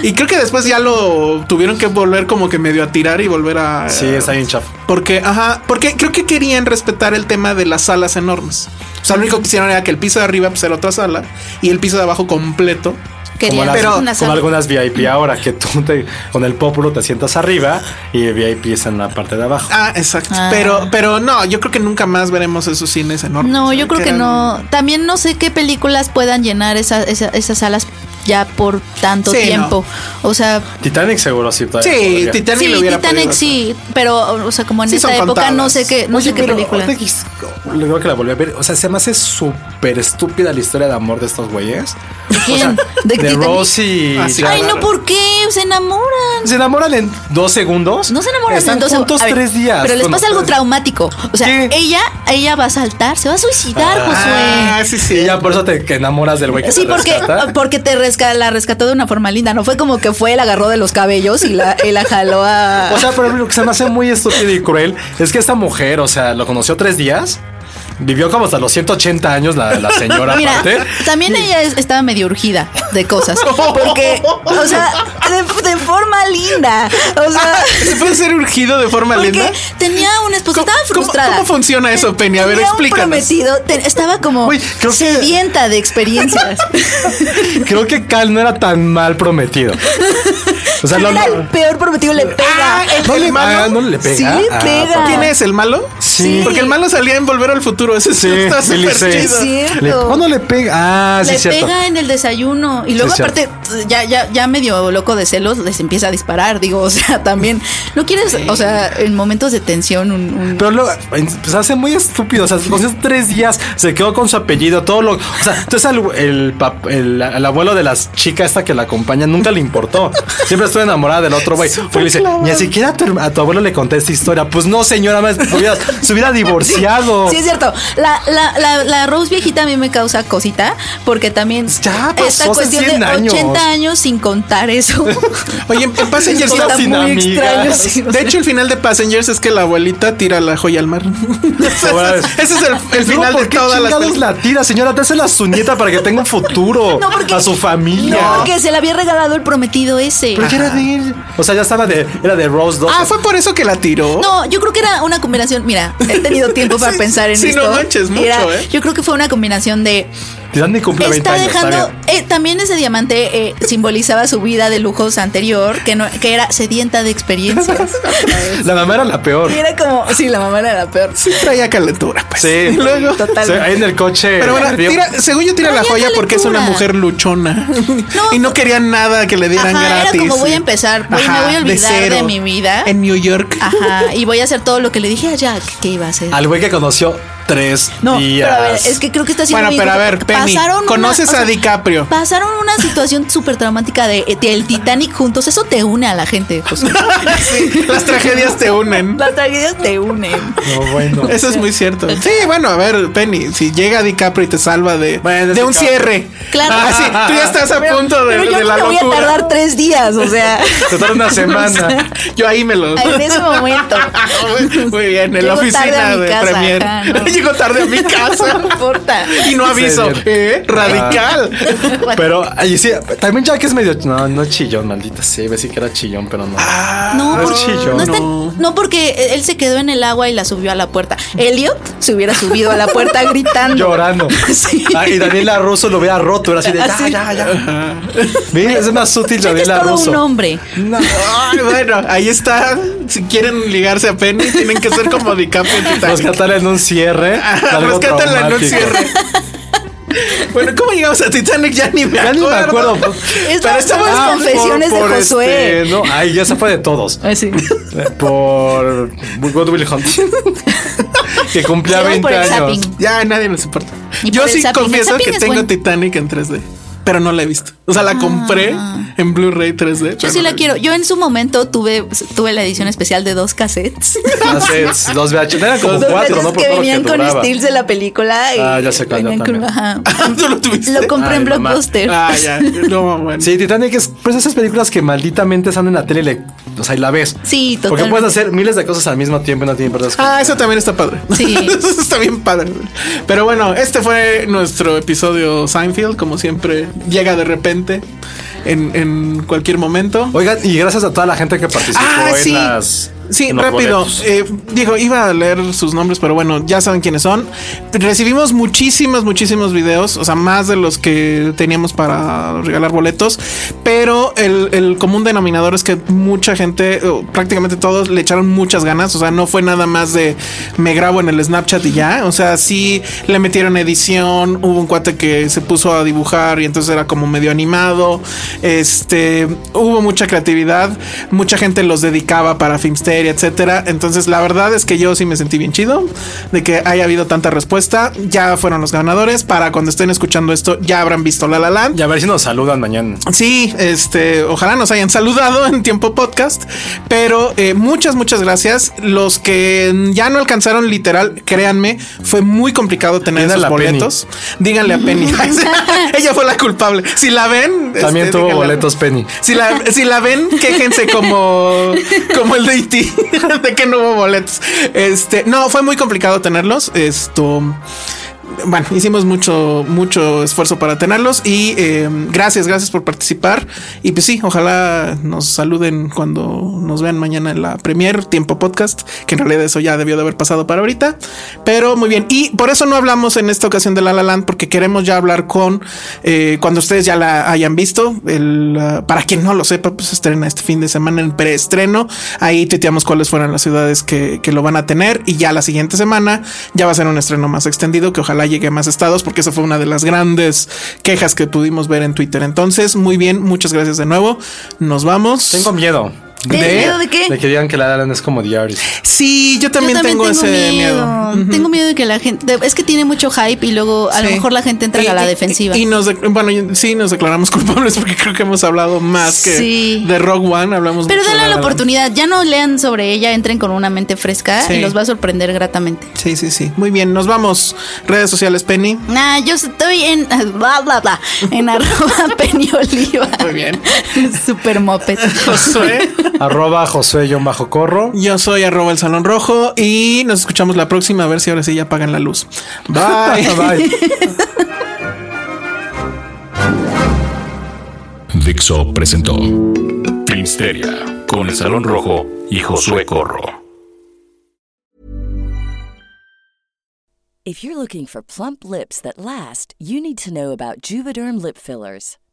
S5: Y creo que después ya lo tuvieron que volver como que medio a tirar y volver a...
S3: Sí, está bien chafa.
S5: Porque, ajá, porque creo que querían respetar el tema de las salas enormes. O sea, lo único que hicieron era que el piso de arriba pues, era otra sala y el piso de abajo completo.
S3: Como,
S4: Quería
S3: las-
S5: pero-
S4: una
S3: como
S4: sala.
S3: algunas VIP ahora que tú te- con el pópulo te sientas arriba y el VIP es en la parte de abajo.
S5: Ah, exacto.
S4: Ah.
S5: Pero, pero no, yo creo que nunca más veremos esos cines enormes.
S4: No, yo creo que
S5: eran-
S4: no. También no sé qué películas puedan llenar esa- esa- esas salas ya por tanto
S5: Sí,
S4: tiempo. O sea,
S3: Titanic seguro sí. todavía
S5: Sí,
S3: podría.
S5: Titanic
S4: sí,
S5: lo hubiera
S4: Titanic
S5: podido hacer.
S4: sí, pero o sea, como en
S5: Sí,
S4: esa
S5: son
S4: época no
S5: contadas.
S4: sé qué, no
S3: Oye,
S4: sé qué
S3: pero
S4: película.
S3: ahorita que es- Luego que la volví a ver, o sea, se me hace súper estúpida la historia de amor de estos güeyes.
S4: ¿Quién?
S3: De,
S4: Titanic?
S3: Rose y
S5: Ah, sí.
S3: Jack.
S4: Ay, no, ¿por qué? Se enamoran.
S3: Se enamoran en dos segundos.
S4: No se enamoran
S3: Están
S4: en dos
S3: juntos
S4: a ver,
S3: tres días.
S4: Pero les
S3: Bueno,
S4: pasa algo traumático. O sea,
S3: ¿Qué?
S4: ella ella va a saltar, se va a suicidar,
S5: Ah, sí, sí.
S3: Y ya por eso te que enamoras del güey que
S4: Josué. Sí,
S3: te
S4: porque,
S3: rescata.
S4: porque te resca- la rescató de una forma linda. No fue como que fue, la agarró de los cabellos y la, y la jaló a.
S3: O sea, pero lo que se me hace muy estúpido y cruel es que esta mujer, o sea, lo conoció tres días. Vivió como hasta los 180 años la, la señora
S4: Mira,
S3: aparte.
S4: también ella es- estaba medio urgida de cosas. Porque, o sea, de, de forma linda. O sea.
S3: Ah,
S5: ¿Se puede ser urgido de forma
S4: Porque
S5: linda?
S4: tenía una esposa,
S5: ¿Cómo-
S4: Pues estaba
S5: cómo-
S4: frustrada. Eh,
S5: cómo funciona eso, Penny? A ver,
S4: Tenía un
S5: explícanos.
S4: prometido, te- estaba como
S3: Uy, creo que-
S4: sedienta de experiencias.
S3: Creo que Cal no era tan mal prometido. O sea, lo-
S4: Era el peor prometido, le pega.
S5: Ah, el-
S3: no,
S5: el
S3: le,
S5: malo.
S3: ah, no le pega.
S4: Sí, le
S3: Ah,
S4: pega.
S5: ¿Quién es el malo?
S3: Sí.
S5: Porque el malo salía en Volver al Futuro. Ese sí, está
S3: Sí,
S5: súper
S3: Elise.
S5: chido.
S4: Sí. Cierto.
S3: Le- ¿Cuándo le pega? Ah, sí,
S4: le
S3: es cierto.
S4: pega en el desayuno. Y luego,
S3: Sí, es
S4: aparte,
S3: cierto.
S4: ya, ya, ya medio loco de celos, les empieza a disparar. Digo, o sea, también. No quieres, o sea, en momentos de tensión, un. un-
S3: Pero luego, en- pues hace muy estúpido. O sea, se conoció tres días, se quedó con su apellido, todo lo. O sea, entonces al- el, pap- el, al abuelo de las chicas, esta que la acompaña, nunca le importó. Siempre estuvo enamorada del otro güey. Porque le dice, ni siquiera a tu, herma- a tu abuelo le conté esta historia. Pues no, señora, más, se hubiera- se hubiera divorciado.
S4: Sí, es cierto. La, la, la, la Rose viejita a mí me causa cosita, porque también
S3: Ya pasó
S4: esta
S3: hace
S4: cuestión de
S3: 100 años.
S4: 80 años sin contar eso.
S5: Oye, en en Passengers
S3: Está
S5: está
S3: sin
S5: muy
S3: amigas.
S5: extraño. sí. De hecho, el final de Passengers es que la abuelita tira la joya al mar. *laughs* ese, es, ese es el, el
S3: No,
S5: final
S3: ¿por
S5: de
S3: qué
S5: todas las
S3: chingados
S5: películas.
S3: la tira, señora? Dásela a su nieta para que tenga un futuro.
S4: *laughs* No, porque-
S3: a su familia.
S4: No, porque se le había regalado el prometido ese.
S3: Pero ya era de él. O sea, ya estaba de. Era de Rose 2.
S5: Ah, fue por eso que la tiró.
S4: No, yo creo que era una combinación. Mira, he tenido tiempo para
S5: Sí,
S4: pensar en
S5: sí,
S4: esto.
S5: no manches, mucho,
S4: Era-
S5: ¿eh?
S4: Yo creo que fue una combinación de
S3: Titanic cumple 20
S4: está
S3: años. está
S4: dejando.
S3: bien.
S4: eh, también ese diamante eh, simbolizaba su vida de lujos anterior, que no, que era sedienta de experiencias. *laughs*
S3: La mamá era la peor.
S4: Y era como, sí, la mamá era la peor.
S5: Sí traía calentura,
S3: *laughs*
S5: pues.
S3: Sí,
S5: Y luego...
S3: Sí, ahí en el coche.
S5: Pero bueno,
S3: Diego-
S5: tira- según yo tira la
S4: Traía
S5: joya porque es una
S4: calentura.
S5: mujer luchona.
S4: *laughs* No.
S5: y no quería nada que le dieran
S4: Ajá, era
S5: gratis.
S4: como, voy a
S5: y-
S4: empezar, voy- me voy a
S5: de
S4: olvidar de
S5: cero.
S4: mi vida.
S5: En New York.
S4: Ajá, y voy a hacer todo lo que le dije a Jack que iba a hacer.
S3: Al güey que conoció
S6: tres
S5: No,
S6: días.
S4: Pero a ver, es que creo que está haciendo.
S5: Bueno,
S4: muy
S5: pero a
S4: injusto
S5: ver,
S4: porque
S5: Penny,
S4: una-
S5: conoces
S4: o sea, *laughs*
S5: a DiCaprio.
S4: Pasaron una situación súper traumática de, de el Titanic juntos. Eso te une a la gente, Josué.
S5: *laughs* Sí, las tragedias
S4: *laughs*
S5: te unen.
S4: Las tragedias te unen.
S3: No, bueno.
S5: Eso es muy cierto. Sí, bueno, a ver, Penny, si llega DiCaprio y te salva de,
S3: Bueno,
S5: de un
S3: DiCaprio.
S5: cierre.
S4: Claro.
S5: Ah, sí, tú ya estás a punto de,
S4: Pero yo
S5: de
S4: no
S5: la
S4: me voy a
S5: locura.
S4: tardar tres días, o
S5: *laughs*
S4: sea.
S3: Te tarda
S4: *laughs*
S3: una semana.
S5: Yo ahí me lo.
S4: En ese momento.
S5: *laughs* Muy bien, en la
S4: Llego tarde a
S5: oficina
S4: mi
S5: de
S4: casa,
S5: Premier.
S4: ajá, no.
S5: *laughs* Llego tarde a mi
S4: *laughs*
S5: casa.
S4: No importa.
S5: Y no aviso.
S3: Sí, bien. Ah.
S5: ¿Eh?
S3: *laughs*
S5: Radical.
S3: Pero ahí sí, también Jack es medio. No, no es chillón, maldita. Sí, ve sí que era chillón, pero no.
S4: Ah, No,
S3: No es
S4: porque-
S3: chillón,
S4: no está- no, porque él se quedó en el agua y la subió a la puerta. Elliot se hubiera subido a la puerta gritando.
S3: Llorando.
S4: *laughs* Sí.
S3: Ah, y Daniela Russo lo hubiera roto. Era así de.
S4: Así.
S3: Ya, ya, ya. Ve, Es más sutil
S4: Jack es
S3: Daniela
S4: todo
S3: Russo.
S4: un hombre.
S3: No.
S5: Ay, bueno, ahí está. Si quieren ligarse a Penny, tienen que ser como DiCaprio. en Titanic.
S3: Rescatarla en un cierre.
S4: Ah,
S3: algo
S5: Rescátenla en un
S3: traumático.
S5: cierre. Bueno, ¿cómo llegamos a Titanic? Ya ni me
S3: Ya ni
S5: acuerdo.
S3: me acuerdo.
S4: Es las
S5: estamos-
S4: nuevas
S5: ah, por-
S4: confesiones
S3: Por
S4: de Josué.
S3: este, no, ay, ya se fue de todos.
S4: Así.
S3: Por Good Will
S4: *laughs*
S3: Hunting. que cumplía
S4: Vamos
S3: 20
S4: por el
S3: años.
S4: zapping.
S5: Ya nadie nos importa.
S4: Y
S5: Yo
S4: por el
S5: sí
S4: zapping. El
S5: confieso
S4: zapping
S5: que
S4: es
S5: tengo
S4: bueno. Ah.
S5: Titanic en 3D, pero no la he visto. O sea, la compré en Blu-ray 3D.
S4: Yo
S5: pero
S4: sí
S5: no
S4: la
S5: he visto.
S4: quiero. Yo en su momento tuve, tuve la edición especial de dos
S5: *laughs*
S4: cassettes.
S3: No sé, los VH. Eran como
S4: Dos
S3: cuatro,
S4: cassettes
S3: ¿no? Por
S4: que
S3: todo lo
S4: venían con
S3: duraba.
S4: steals de la película. Y
S3: Ah, ya sé cuál, yo
S4: venían con-
S3: también.
S5: *laughs*
S4: ajá.
S5: Ah, ¿Tú lo tuviste?
S4: Lo compré en
S3: Ay, mamá.
S4: Blockbuster.
S5: Ah, ya.
S4: *laughs*
S5: No, bueno.
S3: Sí, Titanic es pues esas películas que malditamente están en la tele y le- o sea, y la ves.
S4: Sí,
S3: Porque
S4: totalmente.
S3: puedes hacer miles de cosas al mismo tiempo y no tiene importancia.
S5: Ah, eso también está padre.
S4: Sí.
S5: *laughs* eso está bien padre. Pero bueno, este fue nuestro episodio Seinfeld. Como siempre, llega de repente en, en cualquier momento.
S3: Oigan, y gracias a toda la gente que participó
S5: Ah,
S3: en
S5: sí.
S3: las.
S5: Sí,
S3: en los
S5: rápido.
S3: boletos.
S5: Eh, digo, iba a leer sus nombres, pero bueno, ya saben quiénes son. Recibimos muchísimos, muchísimos videos, o sea, más de los que teníamos para regalar boletos, pero el, el común denominador es que mucha gente, o prácticamente todos, le echaron muchas ganas, o sea, no fue nada más de me grabo en el Snapchat y ya, o sea, sí le metieron edición, hubo un cuate que se puso a dibujar y entonces era como medio animado, este, hubo mucha creatividad, mucha gente los dedicaba para Filmsteria, etcétera. Entonces, la verdad es que yo sí me sentí bien chido de que haya habido tanta respuesta. Ya fueron los ganadores. Para cuando estén escuchando esto, ya habrán visto La La Land.
S3: Y a ver si nos saludan mañana.
S5: Sí, este, ojalá nos hayan saludado en tiempo podcast, pero eh, muchas, muchas gracias. Los que ya no alcanzaron literal, créanme, fue muy complicado tener
S3: Díganle
S5: esos
S3: a Penny.
S5: boletos. Díganle a Penny. *laughs* Ella fue la culpable. Si la ven,
S3: También
S5: este,
S3: tuvo
S5: díganle-
S3: boletos Penny.
S5: Si la, si la ven, quéjense como, como el de Haití, *laughs* de que no hubo boletos. Este, no, fue muy complicado tenerlos. Esto, bueno, hicimos mucho, mucho esfuerzo para tenerlos y eh, gracias, gracias por participar. Y pues sí, ojalá nos saluden cuando nos vean mañana en la premier Tiempo Podcast, que en realidad eso ya debió de haber pasado para ahorita. Pero muy bien, y por eso no hablamos en esta ocasión de La La Land, porque queremos ya hablar con, eh, cuando ustedes ya la hayan visto, el, ah, para quien no lo sepa, pues estrena este fin de semana en preestreno. Ahí tuiteamos cuáles fueron las ciudades que, que lo van a tener y ya la siguiente semana ya va a ser un estreno más extendido que ojalá llegue a más estados porque esa fue una de las grandes quejas que pudimos ver en Twitter. Entonces, muy bien, muchas gracias de nuevo. Nos vamos.
S3: Tengo miedo.
S4: ¿Tienes miedo de qué?
S3: De que digan que la Alan es como The
S4: *laughs*
S3: Artist.
S5: Sí, yo también,
S4: Yo también
S5: tengo, ese miedo.
S4: Tengo miedo de que la gente. Es que tiene mucho hype y luego a lo
S5: Sí.
S4: mejor la gente entra
S5: Y-
S4: a la
S5: y-
S4: defensiva.
S5: Y, nos, de- bueno, y- sí, nos declaramos *laughs* culpables porque creo que hemos hablado más que
S4: Sí.
S5: de Rogue One. Hablamos
S4: Pero
S5: mucho
S4: denle la
S5: de La La Land.
S4: oportunidad. Ya no lean sobre ella, entren con una mente fresca
S5: Sí.
S4: y los va a sorprender gratamente.
S5: Sí, sí, sí. Muy bien, nos vamos. Redes sociales, Penny.
S4: Nah, yo estoy en. *laughs* Bla, bla, bla. En *laughs* arroba penioliva.
S5: Muy bien.
S4: *laughs* Super
S5: *laughs*
S4: moped.
S5: Josué.
S3: Arroba Josué John Bajo
S4: *laughs*
S3: Corro.
S5: Yo soy arroba el salón rojo y nos escuchamos la próxima a ver si ahora sí ya apagan la luz. *laughs* Bye.
S3: Bye.
S2: Dixo presentó Filmsteria con el Salón Rojo y Josué Corro.
S7: If you're looking for plump lips that last, you need to know about Juvederm lip fillers.